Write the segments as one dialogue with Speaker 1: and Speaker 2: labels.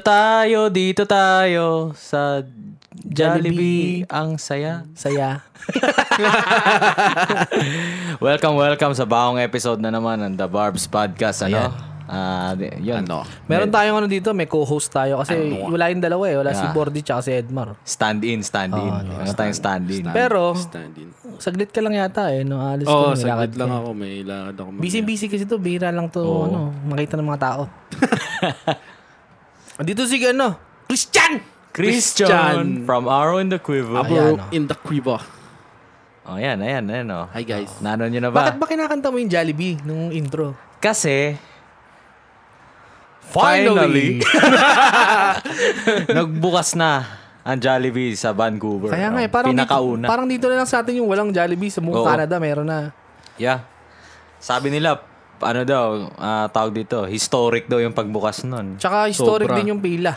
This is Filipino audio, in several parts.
Speaker 1: tayo, dito tayo sa Jollibee.
Speaker 2: Jollibee.
Speaker 1: Ang saya.
Speaker 2: Saya.
Speaker 1: Welcome, welcome sa bagong episode na naman ng The Barbs Podcast. Ano?
Speaker 2: Ayan.
Speaker 1: Ah, di- yun.
Speaker 3: Ano?
Speaker 2: Meron tayong ano dito, may co-host tayo kasi wala yung dalawa eh. Wala si
Speaker 1: Yeah.
Speaker 2: Bordy tsaka si Edmar.
Speaker 1: Stand in, stand in.
Speaker 3: Ah,
Speaker 1: ano tayong stand in?
Speaker 3: Oh.
Speaker 2: Pero,
Speaker 3: Standing.
Speaker 2: saglit ka lang yata eh. No, alis ko.
Speaker 3: Oo,
Speaker 2: may
Speaker 3: saglit
Speaker 2: lakad
Speaker 3: lang
Speaker 2: ka.
Speaker 3: ako. May lakad ako. mamaya.
Speaker 2: Busy-busy kasi to, bihira lang to, ano, makita ng mga tao. Dito si ano, Christian!
Speaker 1: Ano Christian,
Speaker 3: Christian.
Speaker 1: from Arrow in the Quiver.
Speaker 3: Abo
Speaker 2: Ayan, oh.
Speaker 3: in the quiver.
Speaker 1: Oh, yan, ayan, ayan. Oh.
Speaker 3: Hi, guys.
Speaker 1: Nanon nyo na ba?
Speaker 2: Bakit ba kinakanta mo yung Jollibee nung intro?
Speaker 1: Kasi,
Speaker 2: Finally!
Speaker 1: nagbukas na ang Jollibee sa Vancouver.
Speaker 2: Kaya nga eh,
Speaker 1: Ang
Speaker 2: parang,
Speaker 1: Pinakauna.
Speaker 2: Dito, parang dito na lang sa atin yung walang Jollibee. Sa
Speaker 1: Oo.
Speaker 2: buong Canada, meron na.
Speaker 1: yeah. Sabi nila, ano daw, ah, tawag dito, historic daw yung pagbukas nun.
Speaker 2: Tsaka historic
Speaker 3: Sobra.
Speaker 2: din yung pila.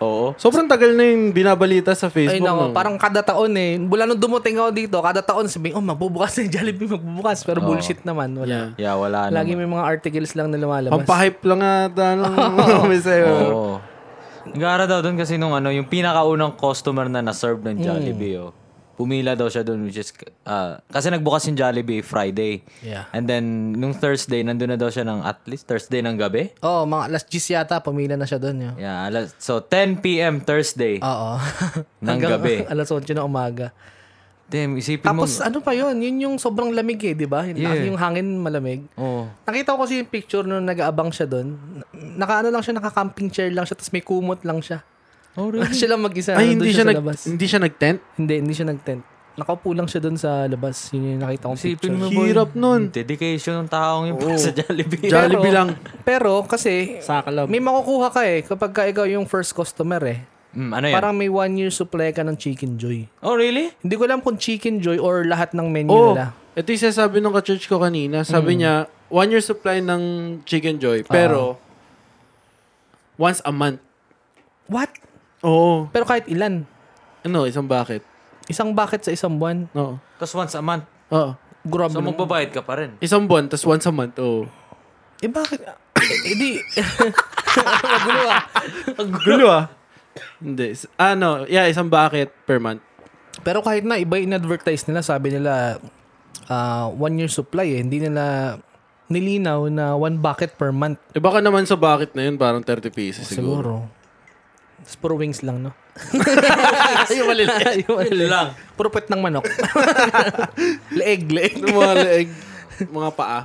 Speaker 1: Oo.
Speaker 3: Sobrang tagal na yung binabalita sa
Speaker 2: Ay
Speaker 3: Facebook.
Speaker 2: nako,
Speaker 3: no?
Speaker 2: parang kada taon eh. Mula nung dumating ako dito, kada taon sabi, oh magbubukas na yung Jollibee, magbubukas. Pero bullshit naman, wala.
Speaker 3: Yeah. Ano
Speaker 1: Yeah, wala
Speaker 2: Lagi
Speaker 1: naman.
Speaker 2: may mga articles lang na lumalabas.
Speaker 3: Pampahype lang nga ano, may sayo.
Speaker 1: Oo. Nagara daw doon kasi nung ano, yung pinakaunang customer na na-serve
Speaker 2: Mm.
Speaker 1: ng Jollibee, oh. Pumila daw siya doon, which is, ah, kasi nagbukas yung Jollibee Friday.
Speaker 2: Yeah.
Speaker 1: And then, nung Thursday, nandun na daw siya ng at least Thursday ng gabi.
Speaker 2: Oo, mga alas 10 yata, pamilya na siya doon. Yun.
Speaker 1: Yeah, alas, so 10 p.m. Thursday.
Speaker 2: Oo.
Speaker 1: Ng
Speaker 2: Hanggang
Speaker 1: gabi.
Speaker 2: alas 11 na umaga.
Speaker 1: Damn, isipin
Speaker 2: Tapos
Speaker 1: mo.
Speaker 2: ano pa yun? Yun yung sobrang lamig eh, di ba? Yung, yung hangin malamig.
Speaker 1: Oh.
Speaker 2: Nakita ko kasi yung picture nung nag-aabang siya doon. Naka ano lang siya, naka-camping chair lang siya, tapos may kumot lang siya.
Speaker 1: Oh,
Speaker 2: siya lang mag-isa.
Speaker 3: Ay,
Speaker 2: nandun
Speaker 3: hindi siya,
Speaker 2: sa
Speaker 3: nag,
Speaker 2: labas.
Speaker 3: hindi siya nag-tent?
Speaker 2: Hindi, hindi siya nag-tent. Nakaupo lang siya doon sa labas. Yun yung nakita kong picture.
Speaker 1: Isipin mo, boy.
Speaker 3: Hirap nun.
Speaker 1: Dedication ng taong yun para sa Jollibee.
Speaker 3: Jolli- Jollibee
Speaker 2: Pero-
Speaker 3: lang.
Speaker 2: Pero kasi,
Speaker 3: Sa kalab.
Speaker 2: may makukuha ka eh kapag ka ikaw yung first customer eh.
Speaker 1: Mm, ano yan?
Speaker 2: Parang may one year supply ka ng Chicken Joy.
Speaker 1: oh, really?
Speaker 2: Hindi ko alam kung Chicken Joy or lahat ng menu
Speaker 3: Oo.
Speaker 2: nila.
Speaker 3: Ito Oh, yung sinasabi nung ka-church ko kanina. Sabi niya, one year supply ng Chicken Joy, pero once a month.
Speaker 2: What?
Speaker 3: Oo.
Speaker 2: Pero kahit ilan.
Speaker 3: Ano, isang bakit?
Speaker 2: Isang bucket sa isang buwan.
Speaker 3: Oo.
Speaker 1: Tapos once a month.
Speaker 3: Oo.
Speaker 2: Grabe.
Speaker 1: So, magbabayad ka pa rin.
Speaker 3: Isang buwan, tapos once a month. Oo.
Speaker 2: eh bakit? Eh di. Magulo ah.
Speaker 3: Gulo ah. Hindi. S- Ano, yeah, isang bakit per month.
Speaker 2: Pero kahit na iba in-advertise nila, sabi nila ah, one year supply eh. Hindi nila nilinaw na one bucket per month
Speaker 3: E baka naman sa bakit na yun, parang 30 pesos siguro.
Speaker 2: siguro. Tapos puro wings lang, no?
Speaker 3: Ay, maliliit.
Speaker 2: Yung ano
Speaker 1: lang.
Speaker 2: Puro puwet ng manok. leeg, leeg.
Speaker 3: Yung mga leeg, mga paa.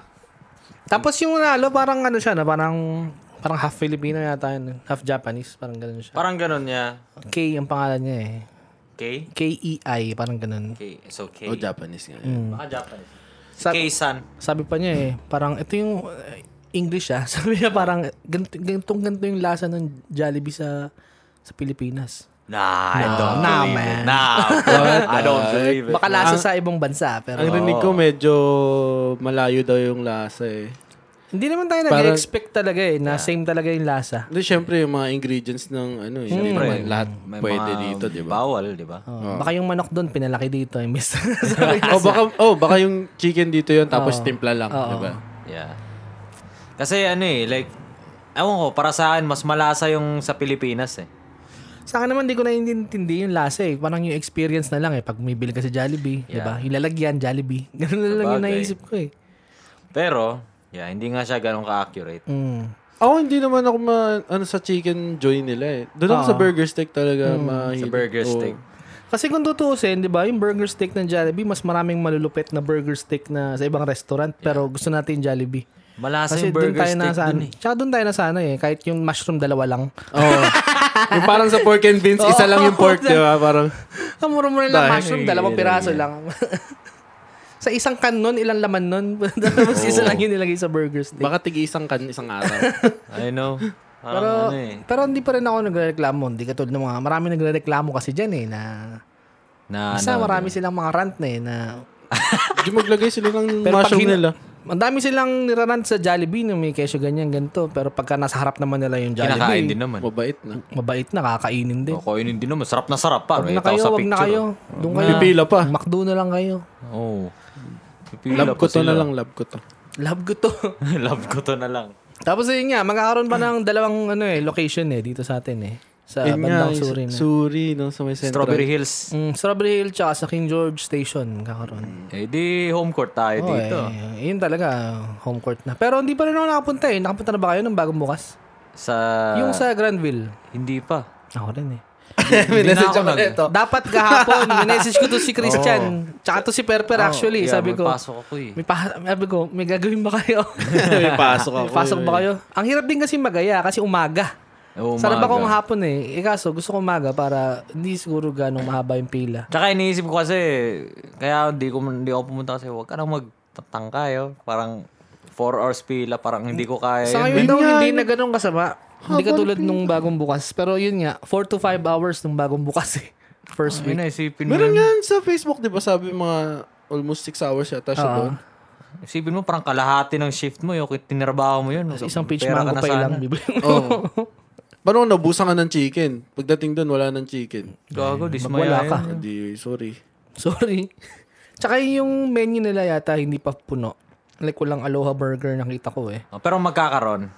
Speaker 2: Tapos yung nalo, parang ano siya, na parang parang half Filipino yata yun. Half Japanese, parang ganun siya.
Speaker 1: Parang ganun niya.
Speaker 2: K ang pangalan niya eh.
Speaker 1: Okay?
Speaker 2: K-E-I, parang ganun.
Speaker 1: Okay, it's okay.
Speaker 3: Oh, Japanese nga.
Speaker 1: Baka Japanese.
Speaker 2: Sa-
Speaker 1: K-san.
Speaker 2: Sabi pa niya eh, parang ito yung uh, English ah. Sabi niya parang ganito, ganitong ganito yung lasa ng Jollibee sa sa Pilipinas.
Speaker 1: Nah, I don't
Speaker 2: nah,
Speaker 1: believe
Speaker 2: man.
Speaker 1: it. Nah, I don't believe it. Oh.
Speaker 2: Baka lasa sa ibang bansa
Speaker 3: Ah, Ang
Speaker 2: pero
Speaker 3: rinig ko medyo malayo daw yung lasa eh.
Speaker 2: hindi naman tayo nag-expect talaga eh na same talaga yung lasa.
Speaker 3: Hindi, syempre yung mga ingredients ng ano eh. Hindi naman lahat pwede dito, di ba?
Speaker 1: Bawal, di ba?
Speaker 2: Oh, Baka yung manok doon pinalaki dito eh, imbes sabi
Speaker 3: Oh, baka, oh, baka yung chicken dito yun, tapos timpla lang, di ba?
Speaker 1: Yeah. Kasi ano eh, like, ewan ko, para sa akin, mas malasa yung sa Pilipinas eh.
Speaker 2: Sa akin naman, di ko naiintindi yung lasa eh. Parang yung experience na lang eh. Pag bumibili ka sa Jollibee, di ba? Yung lalagyan, Jollibee. Ganun na lang yung
Speaker 1: Sabagay.
Speaker 2: naisip ko eh.
Speaker 1: Pero, yeah, hindi nga siya ganun ka-accurate.
Speaker 2: Mm.
Speaker 3: Ako hindi naman ako ma, ano sa chicken joy nila eh. Doon ako sa burger steak talaga mahilig.
Speaker 1: Mm. Sa burger
Speaker 3: Oo.
Speaker 1: steak.
Speaker 2: Kasi kung tutuusin, di ba, yung burger steak ng Jollibee, mas maraming malulupit na burger steak na sa ibang restaurant. Pero gusto natin yung Jollibee.
Speaker 1: Malasa
Speaker 2: Kasi
Speaker 1: yung
Speaker 2: doon
Speaker 1: burger
Speaker 2: tayo
Speaker 1: steak
Speaker 2: na ano.
Speaker 1: dun eh.
Speaker 2: Tsaka doon tayo nasana eh. Kahit yung mushroom dalawa lang.
Speaker 3: Oo. yung parang sa pork and beans, isa lang yung pork, di ba? Parang,
Speaker 2: Kamuro mo lang
Speaker 3: Dahil-
Speaker 2: mushroom, dalawang piraso lang. sa isang kan nun, ilang laman nun. Tapos isa lang yun nilagay sa burger steak.
Speaker 3: baka tigi isang kan, isang araw.
Speaker 1: I know. Parang
Speaker 2: Pero,
Speaker 1: ano eh.
Speaker 2: pero hindi pa rin ako nagrereklamo. Hindi katulad ng mga, marami nagrereklamo kasi dyan eh, na
Speaker 1: Na,
Speaker 2: isa,
Speaker 1: ano,
Speaker 2: marami silang mga rant na eh, na
Speaker 3: Hindi maglagay sila ng
Speaker 2: Pero pag
Speaker 3: mushroom
Speaker 2: hina-
Speaker 3: nila.
Speaker 2: Ang dami silang nirarant sa Jollibee na may kesyo ganyan, ganito. Pero pagka nasa harap naman nila yung
Speaker 1: kinakain
Speaker 2: Jollibee,
Speaker 1: din naman.
Speaker 3: Mabait na.
Speaker 2: mabait na, kakainin din.
Speaker 1: O, kainin din naman. Sarap na sarap pa.
Speaker 2: Huwag na
Speaker 1: Nakita ko
Speaker 2: kayo,
Speaker 1: sa
Speaker 2: huwag na
Speaker 1: picture.
Speaker 2: kayo. Doon kayo.
Speaker 3: Pipila pa.
Speaker 2: McDo na lang kayo.
Speaker 1: Oh.
Speaker 3: Love ko to na lang, love ko to.
Speaker 2: Love ko to.
Speaker 1: Love ko to na lang.
Speaker 2: Tapos yun nga, magkakaroon pa ng dalawang ano eh, location eh, dito sa atin eh. Sa
Speaker 3: Yun
Speaker 2: bandang
Speaker 3: nga, yung
Speaker 2: Suri na.
Speaker 3: Suri, no? Sa may central.
Speaker 1: Strawberry Hills.
Speaker 2: Mm, Strawberry Hill tsaka sa King George Station magkakaroon.
Speaker 1: Eh di home court tayo
Speaker 2: Oo
Speaker 1: dito.
Speaker 2: eh, yun talaga, home court na. Pero hindi pa rin ako nakapunta eh. Nakapunta na ba kayo ng bagong bukas?
Speaker 1: Sa...
Speaker 2: yung sa Granville.
Speaker 1: hindi pa.
Speaker 2: Ako rin eh.
Speaker 1: hindi na ako nag...
Speaker 2: Dapat gahapon, minessage ko to si Christian. Tsaka to si Perper actually,
Speaker 1: Yeah,
Speaker 2: sabi
Speaker 1: may
Speaker 2: ko.
Speaker 1: Pasok ako eh.
Speaker 2: May pa- sabi ko, may gagawin ba kayo?
Speaker 3: may pasok ako.
Speaker 2: may pasok ba kayo? Ang hirap din kasi magaya kasi umaga.
Speaker 1: Umaga.
Speaker 2: Sana ba kung hapon eh. Eh kaso, gusto ko umaga para hindi siguro ganong mahaba yung pila.
Speaker 1: Tsaka iniisip ko kasi, kaya hindi ko hindi ako pumunta kasi huwag ka nang magtatangkay. Oh. Parang 4 hours pila, parang hindi ko kaya
Speaker 2: Sa
Speaker 1: Eh, yun.
Speaker 2: ngayon daw, hindi na ganong kasama. Hindi katulad nung bagong bukas. Pero yun nga, 4 to 5 hours nung bagong bukas eh. First
Speaker 1: May
Speaker 2: week.
Speaker 1: naisipin mo
Speaker 3: Meron
Speaker 1: Ano yun.
Speaker 3: yan sa Facebook, di ba? Sabi mga almost 6 hours yata siya doon.
Speaker 1: Isipin mo, parang kalahati ng shift mo yun. Kung tinrabaho mo yun.
Speaker 2: Isang peach
Speaker 1: pera ka
Speaker 2: mango
Speaker 1: na
Speaker 2: pa
Speaker 1: sana.
Speaker 2: ilang bibili mo.
Speaker 3: Oo. Paano kung nabusan ka ng chicken? Pagdating doon, wala ng chicken.
Speaker 1: Gago, dismaya
Speaker 2: wala
Speaker 1: yun.
Speaker 2: ka.
Speaker 3: Ah. Hindi, sorry.
Speaker 2: Sorry. Tsaka yung menu nila yata hindi pa puno. Like walang Aloha Burger nakita ko eh.
Speaker 1: Oh, Pero magkakaroon.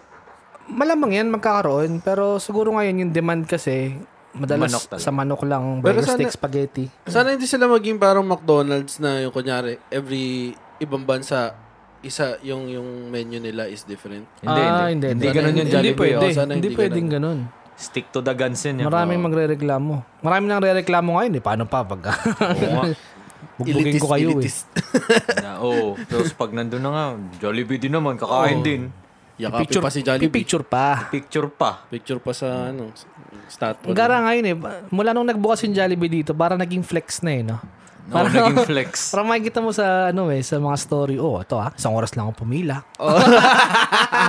Speaker 2: Malamang yan magkakaroon pero siguro ngayon yung demand kasi madalas
Speaker 1: Manok talaga.
Speaker 2: sa manok lang
Speaker 3: Pero
Speaker 2: burger
Speaker 3: sana-
Speaker 2: steak spaghetti.
Speaker 3: Sana hindi sila maging parang McDonald's na yung kunyari, every ibang bansa, isa yung yung menu nila is different.
Speaker 1: Hindi,
Speaker 2: Ah,
Speaker 1: hindi.
Speaker 2: hindi.
Speaker 1: Hindi ganun yung
Speaker 2: Hindi
Speaker 1: Jollibee.
Speaker 2: pwede.
Speaker 1: oh.
Speaker 3: oh. Sana
Speaker 2: Hindi
Speaker 3: hindi
Speaker 2: pwedeng ganun.
Speaker 1: Stick to the guns yun. yun.
Speaker 2: Maraming magrereklamo. Marami nang rereklamo ngayon eh. Paano pa pag
Speaker 1: Oo nga.
Speaker 2: bugbugin ko kayo eh.
Speaker 1: Na, Oo. Tapos pag nandun na nga, Jollibee din naman,
Speaker 2: Oh.
Speaker 1: kakain din.
Speaker 3: Yakapin pa si Jollibee.
Speaker 2: eh. Pipicture pa.
Speaker 1: Picture pa.
Speaker 3: Picture pa
Speaker 2: Mm.
Speaker 3: sa ano, s-
Speaker 2: Ang
Speaker 3: statue.
Speaker 2: gara ngayon eh. Mula nung nagbukas yung Jollibee dito, parang naging flex na eh no.
Speaker 1: No, Oh, naging flex.
Speaker 2: Parang makikita mo sa ano eh, sa mga story. Oh, ito ah. Isang oras lang ako pumila.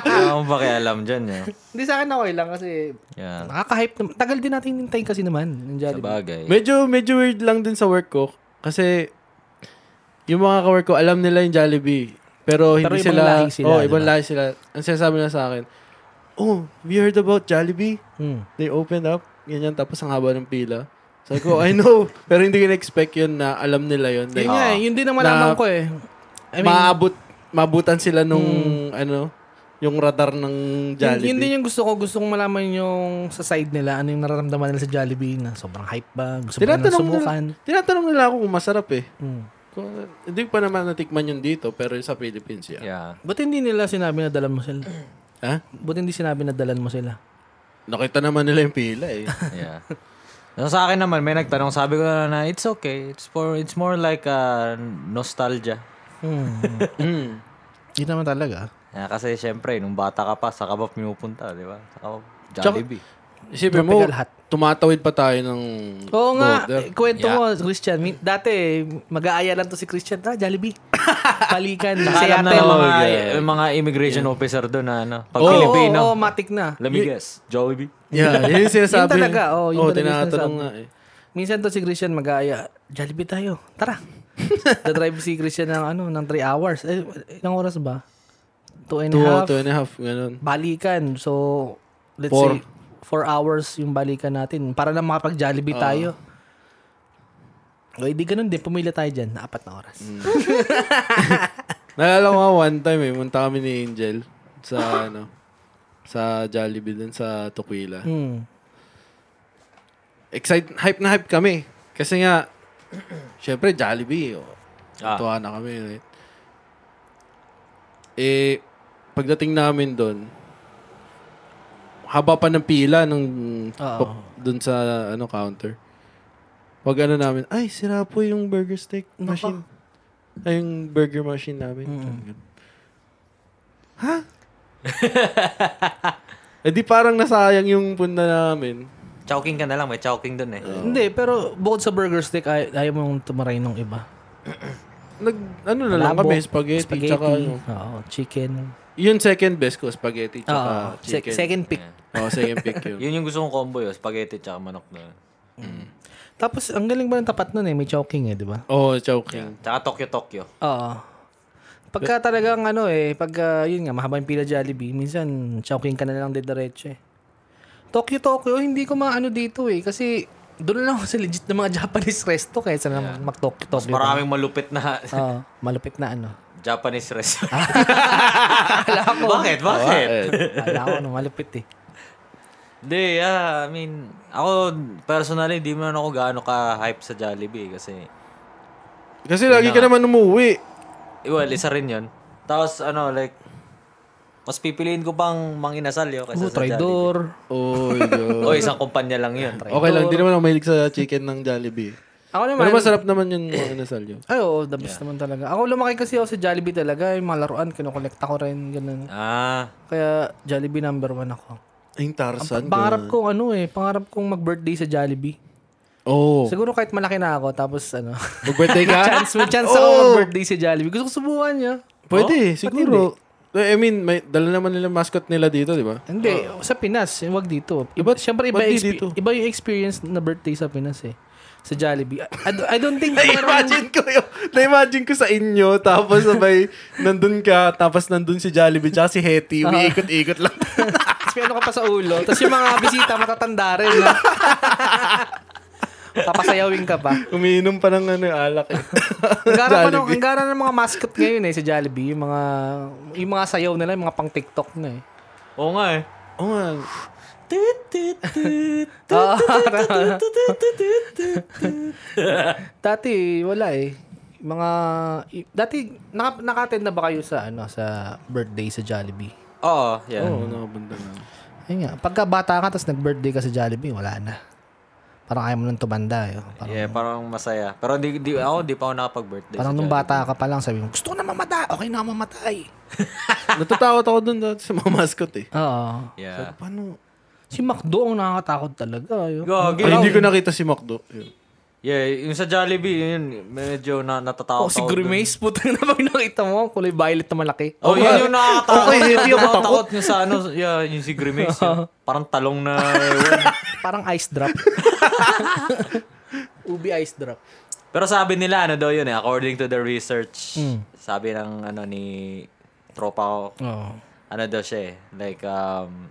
Speaker 1: Ano ba kaya alam dyan? Yeah.
Speaker 2: Hindi sa akin okay lang kasi
Speaker 1: yeah.
Speaker 2: nakaka-hype naman. Tagal din natin hinintay kasi naman yung
Speaker 1: Sa
Speaker 2: Jollibee.
Speaker 1: bagay.
Speaker 3: Medyo, medyo weird lang din sa work ko. Kasi, yung mga kawork ko, alam nila yung Jollibee. Pero hindi
Speaker 2: Pero ibang
Speaker 3: sila...
Speaker 2: lahi sila,
Speaker 3: Oh,
Speaker 2: di
Speaker 3: ibang
Speaker 2: ba?
Speaker 3: lahi sila. Ang sinasabi nila sa akin, Oh, we heard about Jollibee.
Speaker 2: Hmm.
Speaker 3: They opened up. Ganyan, tapos ang haba ng pila. Sabi ko, I know. Pero hindi ko na-expect yun na alam nila yun. Like,
Speaker 2: Yun nga eh, yun din ang malaman ko eh. I mean, Hmm.
Speaker 3: maabot, maabutan sila nung, ano, yung radar
Speaker 2: yun,
Speaker 3: ng Jollibee.
Speaker 2: yun din yung gusto ko. Gusto kong malaman yung sa side nila, ano yung nararamdaman nila sa Jollibee na sobrang hype ba? Gusto ba nila
Speaker 3: Tinatanong
Speaker 2: Ano, sumukan?
Speaker 3: nila, tinatanong nila ako kung masarap eh.
Speaker 2: Hmm.
Speaker 3: Kung, hindi ko pa naman natikman yun dito, pero yun sa Philippines yeah.
Speaker 1: Yeah.
Speaker 2: Ba't hindi nila sinabi na dalan mo sila?
Speaker 3: Ha?
Speaker 2: Ba't hindi sinabi na dalan mo sila?
Speaker 3: Nakita naman nila yung pila eh.
Speaker 1: Yeah. So, sa akin naman, may nagtanong. Sabi ko na na, it's okay. It's for it's more like uh, nostalgia.
Speaker 2: Hmm.
Speaker 3: mm.
Speaker 2: Hindi naman talaga.
Speaker 1: Yeah, kasi syempre, nung bata ka pa, sa kabab pinupunta, di ba? Sa kabab, Jollibee.
Speaker 3: Isipin mo,
Speaker 2: Tropical hat.
Speaker 3: tumatawid pa tayo ng
Speaker 2: Oo nga,
Speaker 3: border.
Speaker 2: eh, kwento mo, Christian. Min- Dati, eh, mag-aaya lang to si Christian. Ah, Jollibee. Balikan.
Speaker 1: Saka
Speaker 2: Sa
Speaker 1: alam na
Speaker 2: yate.
Speaker 1: ng mga,
Speaker 3: yeah.
Speaker 1: yung mga immigration officer doon na, ano, pag
Speaker 2: Oo,
Speaker 1: Pilipino.
Speaker 2: oo, oo, matik na.
Speaker 1: Let me guess, Jollibee.
Speaker 3: Yeah, yun yung sinasabi.
Speaker 2: Yun talaga, oh, yun talaga yung
Speaker 3: oh, tinatanong
Speaker 2: sinasabi.
Speaker 3: nga eh.
Speaker 2: Minsan to si Christian mag-aaya, Jollibee tayo. Tara. Dadrive si Christian ng ano, ng 3 hours. Eh, ilang oras ba? 2 and a
Speaker 3: Two,
Speaker 2: half.
Speaker 3: two and a half, ganun.
Speaker 2: Balikan. So, let's
Speaker 3: Four.
Speaker 2: say, 4 hours yung balikan natin. Para lang makapag-Jollibee tayo. O, hindi ganun din. Pumila tayo dyan. Apat na oras.
Speaker 3: Mm. Naalala ko nga one time eh, munta kami ni Angel sa ano, sa Jollibee din sa Tukwila.
Speaker 2: Hmm.
Speaker 3: Excited, hype na hype kami. Kasi nga, syempre Jollibee, oh,
Speaker 1: Ah.
Speaker 3: tuwa na kami. Right? Eh, pagdating namin doon, haba pa ng pila ng
Speaker 2: Oo.
Speaker 3: doon sa ano counter. Pag ano namin, ay, sira po yung burger steak machine. Ay, yung burger machine namin. Ha? eh di parang nasayang yung punta namin.
Speaker 1: Chowking ka na lang, may chowking doon eh.
Speaker 2: Hindi, pero bukod sa burger stick, ay, ayaw mong tumaray ng iba.
Speaker 3: Nag, ano na lang
Speaker 2: Malabo,
Speaker 3: kami, spaghetti, tsaka ano.
Speaker 2: Oo, chicken.
Speaker 3: Yun second best ko, spaghetti
Speaker 2: Oo,
Speaker 3: tsaka
Speaker 2: sec-
Speaker 3: chicken.
Speaker 2: second pick.
Speaker 3: oh, second pick yun.
Speaker 1: Yun yung gusto kong combo yun, spaghetti tsaka manok na.
Speaker 2: Tapos, ang galing ba ng tapat nun eh? May choking eh, di ba?
Speaker 3: Oh, choking.
Speaker 1: Tsaka Tokyo Tokyo.
Speaker 2: Oo. Pagka talagang ano eh, pagka yun nga, mahaba yung pila Jollibee, minsan choking ka na lang de diretso eh. Tokyo Tokyo, hindi ko maano dito eh. Kasi doon lang ako sa legit na mga Japanese resto kaysa na mag-Tokyo Tokyo.
Speaker 1: Maraming malupit na
Speaker 2: Oo, malupit na ano.
Speaker 1: Japanese restaurant. Bakit? Bakit?
Speaker 2: Alam ko, ano, malupit eh.
Speaker 1: Hindi, yeah, I mean, ako personally, di man ako gaano ka-hype sa Jollibee kasi,
Speaker 3: Kasi lagi ka naman umuwi.
Speaker 1: eh, well, isa rin yun. Tapos, ano, like, mas pipiliin ko pang manginasal yun kaysa
Speaker 2: Oh,
Speaker 1: sa Jollibee.
Speaker 2: Traidor.
Speaker 3: Oh, yo.
Speaker 1: O, isang kumpanya lang yun.
Speaker 3: okay lang, di naman ako mahilig sa chicken ng Jollibee.
Speaker 2: Ako naman,
Speaker 3: Pero masarap naman yung mga inasal yun.
Speaker 2: ay oo, the best naman talaga. Ako lumaki kasi ako sa Jollibee talaga. Yung mga laruan, kinukolekta ko rin, ganun.
Speaker 1: Ah,
Speaker 2: Kaya Jollibee number one ako.
Speaker 3: Ay, Yung Tarzan.
Speaker 2: Pangarap kong ano eh, pangarap kong mag-birthday sa Jollibee.
Speaker 3: Oh.
Speaker 2: Siguro kahit malaki na ako, tapos ano,
Speaker 3: Mag-birthday ka?
Speaker 2: chance, may chance ako
Speaker 3: Oh!
Speaker 2: mag-birthday sa Jollibee. Gusto ko subukan niya.
Speaker 3: Pwede, siguro. Eh, I mean, may, dala naman nila mascot nila dito, di ba?
Speaker 2: Hindi, sa Pinas, eh, wag dito. Iba,
Speaker 3: Oh. Iba-
Speaker 2: Siyempre, iba,
Speaker 3: ba't di
Speaker 2: expe-
Speaker 3: dito?
Speaker 2: iba yung experience na birthday sa Pinas eh. Sa Jollibee. I, I don't- I don't think meron...
Speaker 3: Na-imagine ko yun. Na-imagine ko sa inyo, tapos sabay, nandun ka, tapos nandun si Jollibee, tsaka si Hetty, umiikot-ikot lang.
Speaker 2: Tapos may ano ka pa sa ulo. Tapos yung mga bisita matatanda rin. No? Papasayawin ka pa.
Speaker 3: Umiinom pa ng ano, alak eh.
Speaker 2: Ang gara pa ng,
Speaker 3: Jollibee.
Speaker 2: ang gara ng mga mascot ngayon eh sa Jollibee. Yung mga, yung mga sayaw nila, yung mga pang TikTok na eh.
Speaker 1: oo nga eh.
Speaker 3: Oo nga.
Speaker 2: Oo, tama. dati wala eh. Mga i- dati naka, naka-attend na ba kayo sa ano sa birthday sa Jollibee?
Speaker 1: Oo, yeah.
Speaker 3: Oo, nakabanda Ano, na.
Speaker 2: Ayun nga, pagka bata ka tapos nag-birthday ka sa Jollibee, wala na. Parang ayaw mo nang tumanda. Eh. Parang,
Speaker 1: Yeah, parang masaya. Pero di, di, ako, di pa ako nakapag-birthday.
Speaker 2: parang nung bata ka pa lang, sabi mo, gusto ko na mamatay. Okay na ako mamatay.
Speaker 3: Natatakot ako dun dati sa mga mascot eh.
Speaker 2: Oo.
Speaker 1: Yeah.
Speaker 3: Paano?
Speaker 2: Si McDo ang nakakatakot talaga. eh. Ayun.
Speaker 1: Gagi.
Speaker 3: Ay, hindi ko nakita si Macdo. Yun.
Speaker 1: Yeah, yung sa Jollibee, yun, medyo na, natatakot
Speaker 2: Oh, si
Speaker 1: ako dun.
Speaker 2: Grimace, putang na pag nakita mo, kulay violet na malaki.
Speaker 1: Oh, yun yung nakakatakot.
Speaker 3: Okay, hindi ako
Speaker 1: Nakakatakot
Speaker 3: takot.
Speaker 1: yung Uh-huh. sa ano, yeah, yung si Grimace. yun. Parang talong na, ewan.
Speaker 2: Parang ice drop. Ubi ice drop.
Speaker 1: Pero sabi nila, ano daw yun eh, according to the research, sabi ng ano ni tropa ko,
Speaker 2: Oo.
Speaker 1: ano daw siya eh, like, um,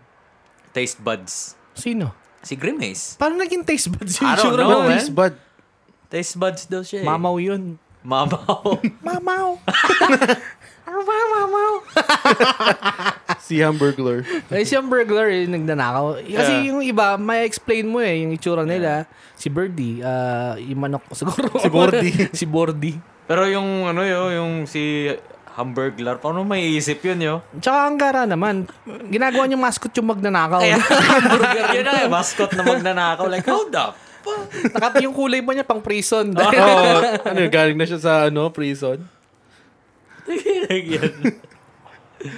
Speaker 1: taste buds.
Speaker 2: Sino?
Speaker 1: Si Grimace.
Speaker 2: Parang naging taste
Speaker 1: I
Speaker 2: buds yung
Speaker 1: don't
Speaker 2: itsura
Speaker 1: know,
Speaker 2: ng
Speaker 1: man.
Speaker 2: taste-
Speaker 3: Taste bad.
Speaker 1: Taste buds daw siya eh.
Speaker 2: Mamaw yun.
Speaker 1: Mamaw.
Speaker 2: Mamaw. ano ba mamaw?
Speaker 3: Si Hamburglar.
Speaker 2: Eh, siyang burglar eh, nagnanakaw. Kasi yung iba, may explain mo eh, yung itsura nila. Si Birdie, ah, yung manok siguro. Si
Speaker 3: Bordy.
Speaker 2: si Bordy.
Speaker 1: Pero yung ano yo, yung si Hamburglar, paano may isip yun yo?
Speaker 2: Tsaka ang gara naman, ginagawa niyong mascot yung magnanakaw.
Speaker 1: Hamburger yun na eh, mascot na magnanakaw. Like, hold up.
Speaker 2: Nakap yung kulay pa niya pang prison.
Speaker 3: Oo. Oh, ano, galing na siya sa ano, prison.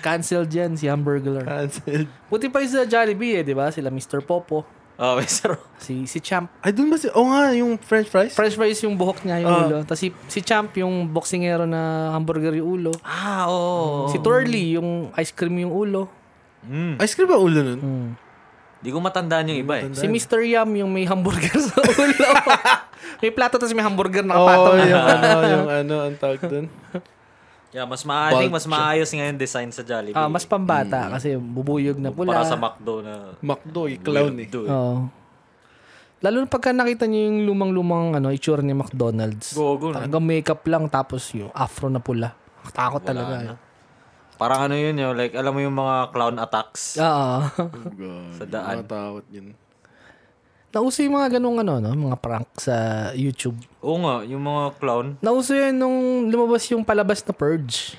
Speaker 2: Cancel dyan si hamburger.
Speaker 3: Canceled.
Speaker 2: Buti pa yung sa Jollibee eh, di ba? Sila Mr. Popo,
Speaker 1: Oh, may sarap.
Speaker 2: si si Champ.
Speaker 3: Ay, dun ba si... Oo nga, yung french fries?
Speaker 2: French fries yung buhok niya, yung
Speaker 3: Ah.
Speaker 2: ulo. Tapos si, si Champ yung boksingero na hamburger yung ulo.
Speaker 1: Ah, oo.
Speaker 2: Si Twirly yung ice cream yung ulo.
Speaker 3: Ice cream ba ulo nun?
Speaker 1: Di ko matandaan yung iba eh.
Speaker 2: Si Mr. Yum yung may hamburger sa ulo. may plato tapos may hamburger
Speaker 1: Oh.
Speaker 3: Oo,
Speaker 2: nakapatong.
Speaker 3: yung ano, yung ano, ang tawag dun.
Speaker 1: Yeah, mas maaling, mas maayos ngayon design sa Jollibee.
Speaker 2: Ah, mas pambata kasi bubuyog na
Speaker 1: Para
Speaker 2: pula.
Speaker 1: sa McDo na
Speaker 3: McDo, yung clown eh.
Speaker 1: do.
Speaker 2: Oo. Lalo na pagka nakita niyo yung lumang-lumang ano, itsura ni McDonald's.
Speaker 1: Gogo na.
Speaker 2: Talagang makeup lang tapos yung afro na pula. Takot talaga. eh. yun.
Speaker 1: Parang ano yun yo, like alam mo yung mga clown attacks
Speaker 2: Oo.
Speaker 3: Oh, God.
Speaker 1: sa daan.
Speaker 3: Matakot yun.
Speaker 2: Nauso yung mga ganung ano, no? mga prank sa YouTube.
Speaker 1: Oo nga, yung mga clown.
Speaker 2: Nauso yan nung lumabas yung palabas na Purge.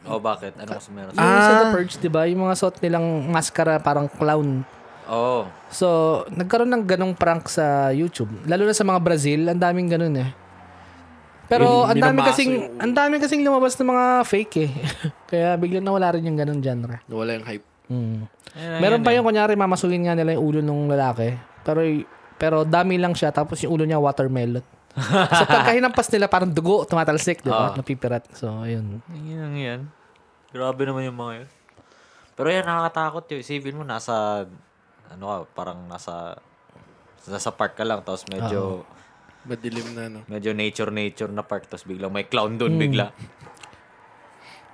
Speaker 1: Oh, bakit? Ano kasi meron?
Speaker 2: Yung
Speaker 3: Ah.
Speaker 2: sa The Purge, di ba? Yung mga suot nilang maskara parang clown.
Speaker 1: Oh.
Speaker 2: So, nagkaroon ng ganong prank sa YouTube. Lalo na sa mga Brazil, ang daming ganun eh. Pero
Speaker 3: Yung
Speaker 2: ang dami
Speaker 3: minamaso yung
Speaker 2: kasing ang dami kasing lumabas ng mga fake eh. Kaya biglang nawala rin yung ganung genre.
Speaker 3: Nawala yung hype.
Speaker 2: Mm.
Speaker 1: Ayun,
Speaker 2: Meron pa yung kunyari mamasukin nga nila yung ulo ng lalaki. Pero pero dami lang siya tapos yung ulo niya watermelon. so pagka hinampas nila parang dugo tumatalsik, di ba? Napipirat. So ayun.
Speaker 1: Yun ang yan. Grabe naman yung mga yun. Pero yan, nakakatakot yun. Isipin mo, nasa, ano ka, parang nasa, nasa park ka lang, tapos medyo,
Speaker 3: Madilim na, no?
Speaker 1: medyo nature-nature na park, tapos biglang may clown doon, bigla.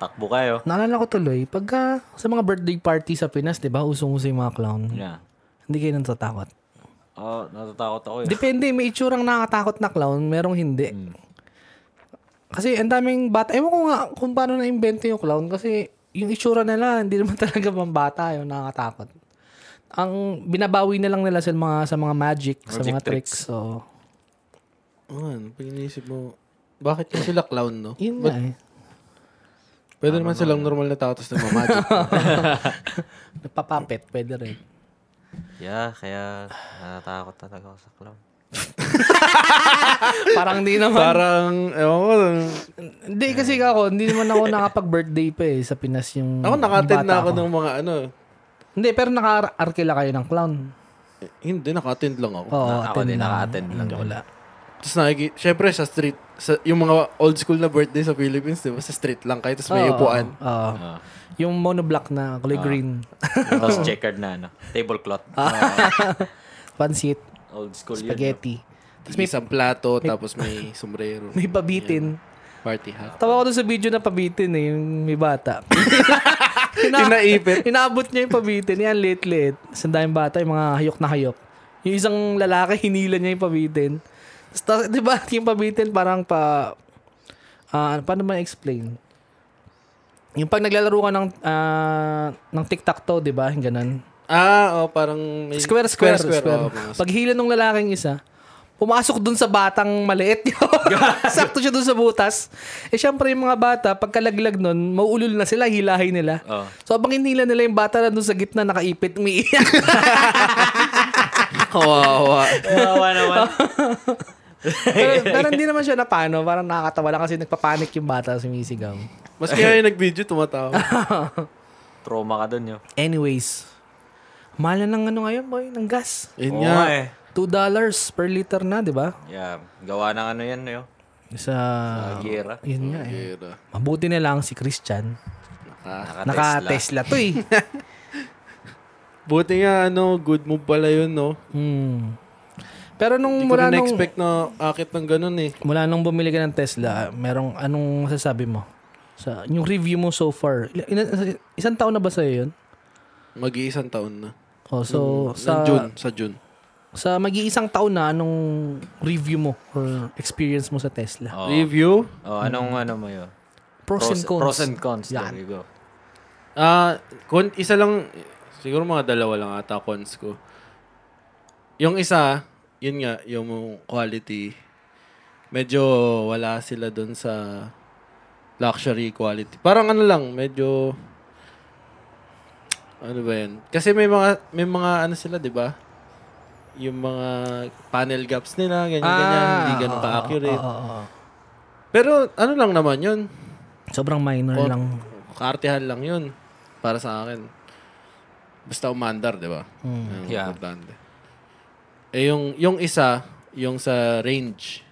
Speaker 1: Takbo kayo.
Speaker 2: Naalala ko tuloy, pagka sa mga birthday party sa Pinas, di ba? Usong-uso yung mga clown.
Speaker 1: Yeah.
Speaker 2: Hindi kayo natatakot.
Speaker 1: Oh, natatakot ako yun. Hmm.
Speaker 2: Depende, may itsurang nakakatakot na clown, merong hindi. Kasi ang daming bata. Ewan ko nga kung paano na-invento yung clown kasi yung itsura nila, hindi naman talaga pambata yung nakakatakot. Ang binabawi na lang nila sa mga, sa mga magic, sa
Speaker 1: Magic
Speaker 2: mga
Speaker 1: tricks.
Speaker 2: tricks. So,
Speaker 3: Oo, ano, pag iniisip mo, bakit ka sila clown, no?
Speaker 2: yun
Speaker 3: But
Speaker 2: nga eh.
Speaker 3: Pwede naman silang normal na tao tapos nagmamagic.
Speaker 2: Nagpapapet, pwede rin.
Speaker 1: Yeah, kaya natatakot talaga ako sa clown.
Speaker 2: Parang hindi naman.
Speaker 3: Parang, ewan ko,
Speaker 2: Hindi kasi ako, hindi naman ako nakapag-birthday pa eh sa Pinas yung
Speaker 3: ako nakaten
Speaker 2: bata
Speaker 3: na ako
Speaker 2: ko.
Speaker 3: ng mga ano.
Speaker 2: Hindi, pero naka-arkila kayo ng clown.
Speaker 3: eh, Hindi, nakaten lang ako.
Speaker 2: Oo,
Speaker 1: ako
Speaker 2: attend
Speaker 1: din
Speaker 2: na.
Speaker 1: naka-attend lang. Wala.
Speaker 3: Tapos nakiki, syempre sa street, sa, yung mga old school na birthday sa Philippines, di ba? Sa street lang kayo, tapos may
Speaker 2: Oo,
Speaker 3: upuan.
Speaker 2: oo, oo. Ah. Yung monoblock na kulay green.
Speaker 1: Tapos checkered na ano, tablecloth. Ah,
Speaker 2: Pansit,
Speaker 1: Old school yun.
Speaker 2: spaghetti.
Speaker 3: Tapos may isang plato, tapos may sombrero.
Speaker 2: May pabitin.
Speaker 3: Party hat.
Speaker 2: Tawa ko doon sa video na pabitin eh, yung may bata.
Speaker 3: Inaipit.
Speaker 2: Inaabot niya yung pabitin. Yan, late-late. Sa daming bata, yung mga hayok na hayok. Yung isang lalaki, hinila niya yung pabitin. Tapos, ta- di ba, yung pabitin parang pa... ah, ano- paano man explain? Yung pag naglalaro ka ng, ah, ng tic-tac-toe, di ba? Yung Ganun.
Speaker 3: Ah, oh, parang may...
Speaker 2: Square, square, square.
Speaker 3: oh, mga-
Speaker 2: Pag hila nung lalaking isa, pumasok dun sa batang maliit yun. Sakto siya dun sa butas. Eh, syempre yung mga bata, pagkalaglag nun, mauulol na sila, hilahin nila.
Speaker 1: Oo.
Speaker 2: So, abang hinila nila yung bata na dun sa gitna, nakaipit, umiiyak.
Speaker 3: Kawawa.
Speaker 1: Kawawa naman.
Speaker 2: pero, pero hindi naman siya napano. Parang nakakatawa lang kasi nagpapanik yung bata, sumisigaw.
Speaker 3: Mas kaya yung nag-video, tumatawa.
Speaker 1: Trauma ka dun yun.
Speaker 2: Anyways, mahal na ng ano ngayon, boy, ng gas.
Speaker 3: Yun
Speaker 1: Oo
Speaker 3: nga.
Speaker 1: nga eh.
Speaker 2: $2 per liter na, di ba?
Speaker 1: Yeah, gawa ng ano yan yun.
Speaker 2: Sa...
Speaker 1: Uh, Gera.
Speaker 2: Yun nga eh.
Speaker 3: Pero,
Speaker 2: Mabuti na lang si Christian. Ah,
Speaker 3: naka-
Speaker 2: Naka-Tesla to eh.
Speaker 3: Buti nga, ano, good move pala yun, no?
Speaker 2: Hmm. Pero nung
Speaker 3: Hindi ko
Speaker 2: mula
Speaker 3: na
Speaker 2: nung
Speaker 3: expect na akit ng ganun eh.
Speaker 2: mula nung bumili ka ng Tesla, merong anong masasabi mo? Sa yung review mo so far. Ila- ina- isang taon na ba sa 'yon?
Speaker 3: Mag-iisang taon na.
Speaker 2: Oh, so
Speaker 3: Mm, Ng
Speaker 2: sa
Speaker 3: June, sa June.
Speaker 2: sa mag-iisang taon na anong review mo or experience mo sa Tesla?
Speaker 1: Oh.
Speaker 3: Review?
Speaker 1: oh, anong ano mo yun?
Speaker 2: Pros, and cons.
Speaker 1: Pros and cons.
Speaker 2: Yan.
Speaker 1: There you go.
Speaker 3: Ah, kun- isa lang, siguro mga dalawa lang ata cons ko. Yung isa, yun nga, yung quality. Medyo wala sila dun sa luxury quality. Parang ano lang, medyo ano ba yan? Kasi may mga may mga ano sila, 'di ba? Yung mga panel gaps nila, ganyan ganyan, hindi ganun
Speaker 2: Ah, oo,
Speaker 3: ka accurate.
Speaker 2: oo, oo, oo.
Speaker 3: Pero ano lang naman 'yun.
Speaker 2: Sobrang minor
Speaker 3: Oh.
Speaker 2: lang.
Speaker 3: Kaartihan lang 'yun para sa akin. Basta umandar, 'di ba?
Speaker 2: Hmm.
Speaker 3: Yung
Speaker 1: Yeah.
Speaker 3: Importante. Eh yung yung isa, yung sa range.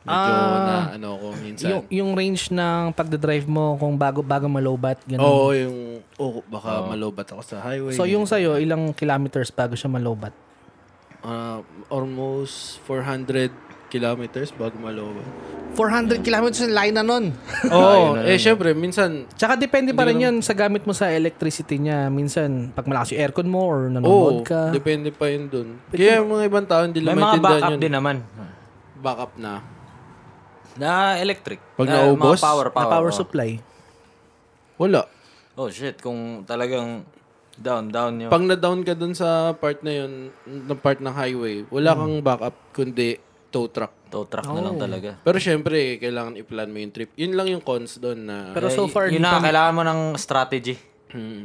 Speaker 3: Medyo
Speaker 1: Ah.
Speaker 3: na ano ko minsan.
Speaker 2: Yung, yung range ng pagdadrive mo kung bago bago malobat ganun.
Speaker 3: Oo, yung oh, baka malobat ako sa highway.
Speaker 2: So yung sa'yo, ilang kilometers bago siya malobat?
Speaker 3: Ah, almost 400 kilometers bago malobat.
Speaker 2: 400 kilometers yung line na nun.
Speaker 3: Oo, oh, eh syempre minsan
Speaker 2: Tsaka depende pa rin yun sa gamit mo sa electricity niya. Minsan, pag malakas yung aircon mo or
Speaker 3: Oo,
Speaker 2: nanonood ka.
Speaker 3: depende pa yun dun. Kaya yung mga ibang tao hindi
Speaker 1: May
Speaker 3: lang
Speaker 1: mga
Speaker 3: maintindihan
Speaker 1: backup
Speaker 3: yun.
Speaker 1: din naman.
Speaker 3: Backup na.
Speaker 1: Na electric.
Speaker 3: Pag
Speaker 1: Na
Speaker 3: naubos?
Speaker 1: Mga power,
Speaker 2: na
Speaker 1: power.
Speaker 2: power
Speaker 1: oh.
Speaker 2: supply.
Speaker 3: Wala.
Speaker 1: Oh shit, kung talagang down, down yun.
Speaker 3: Pag na-down ka dun sa part na yun, ng part ng highway, wala
Speaker 2: Hmm.
Speaker 3: kang backup kundi tow truck.
Speaker 1: Tow truck na lang talaga.
Speaker 3: Pero syempre, kailangan i-plan mo yung trip. Yun lang yung cons doon na
Speaker 2: Pero so
Speaker 1: Y-
Speaker 2: far,
Speaker 1: yun na, kailangan mo ng strategy.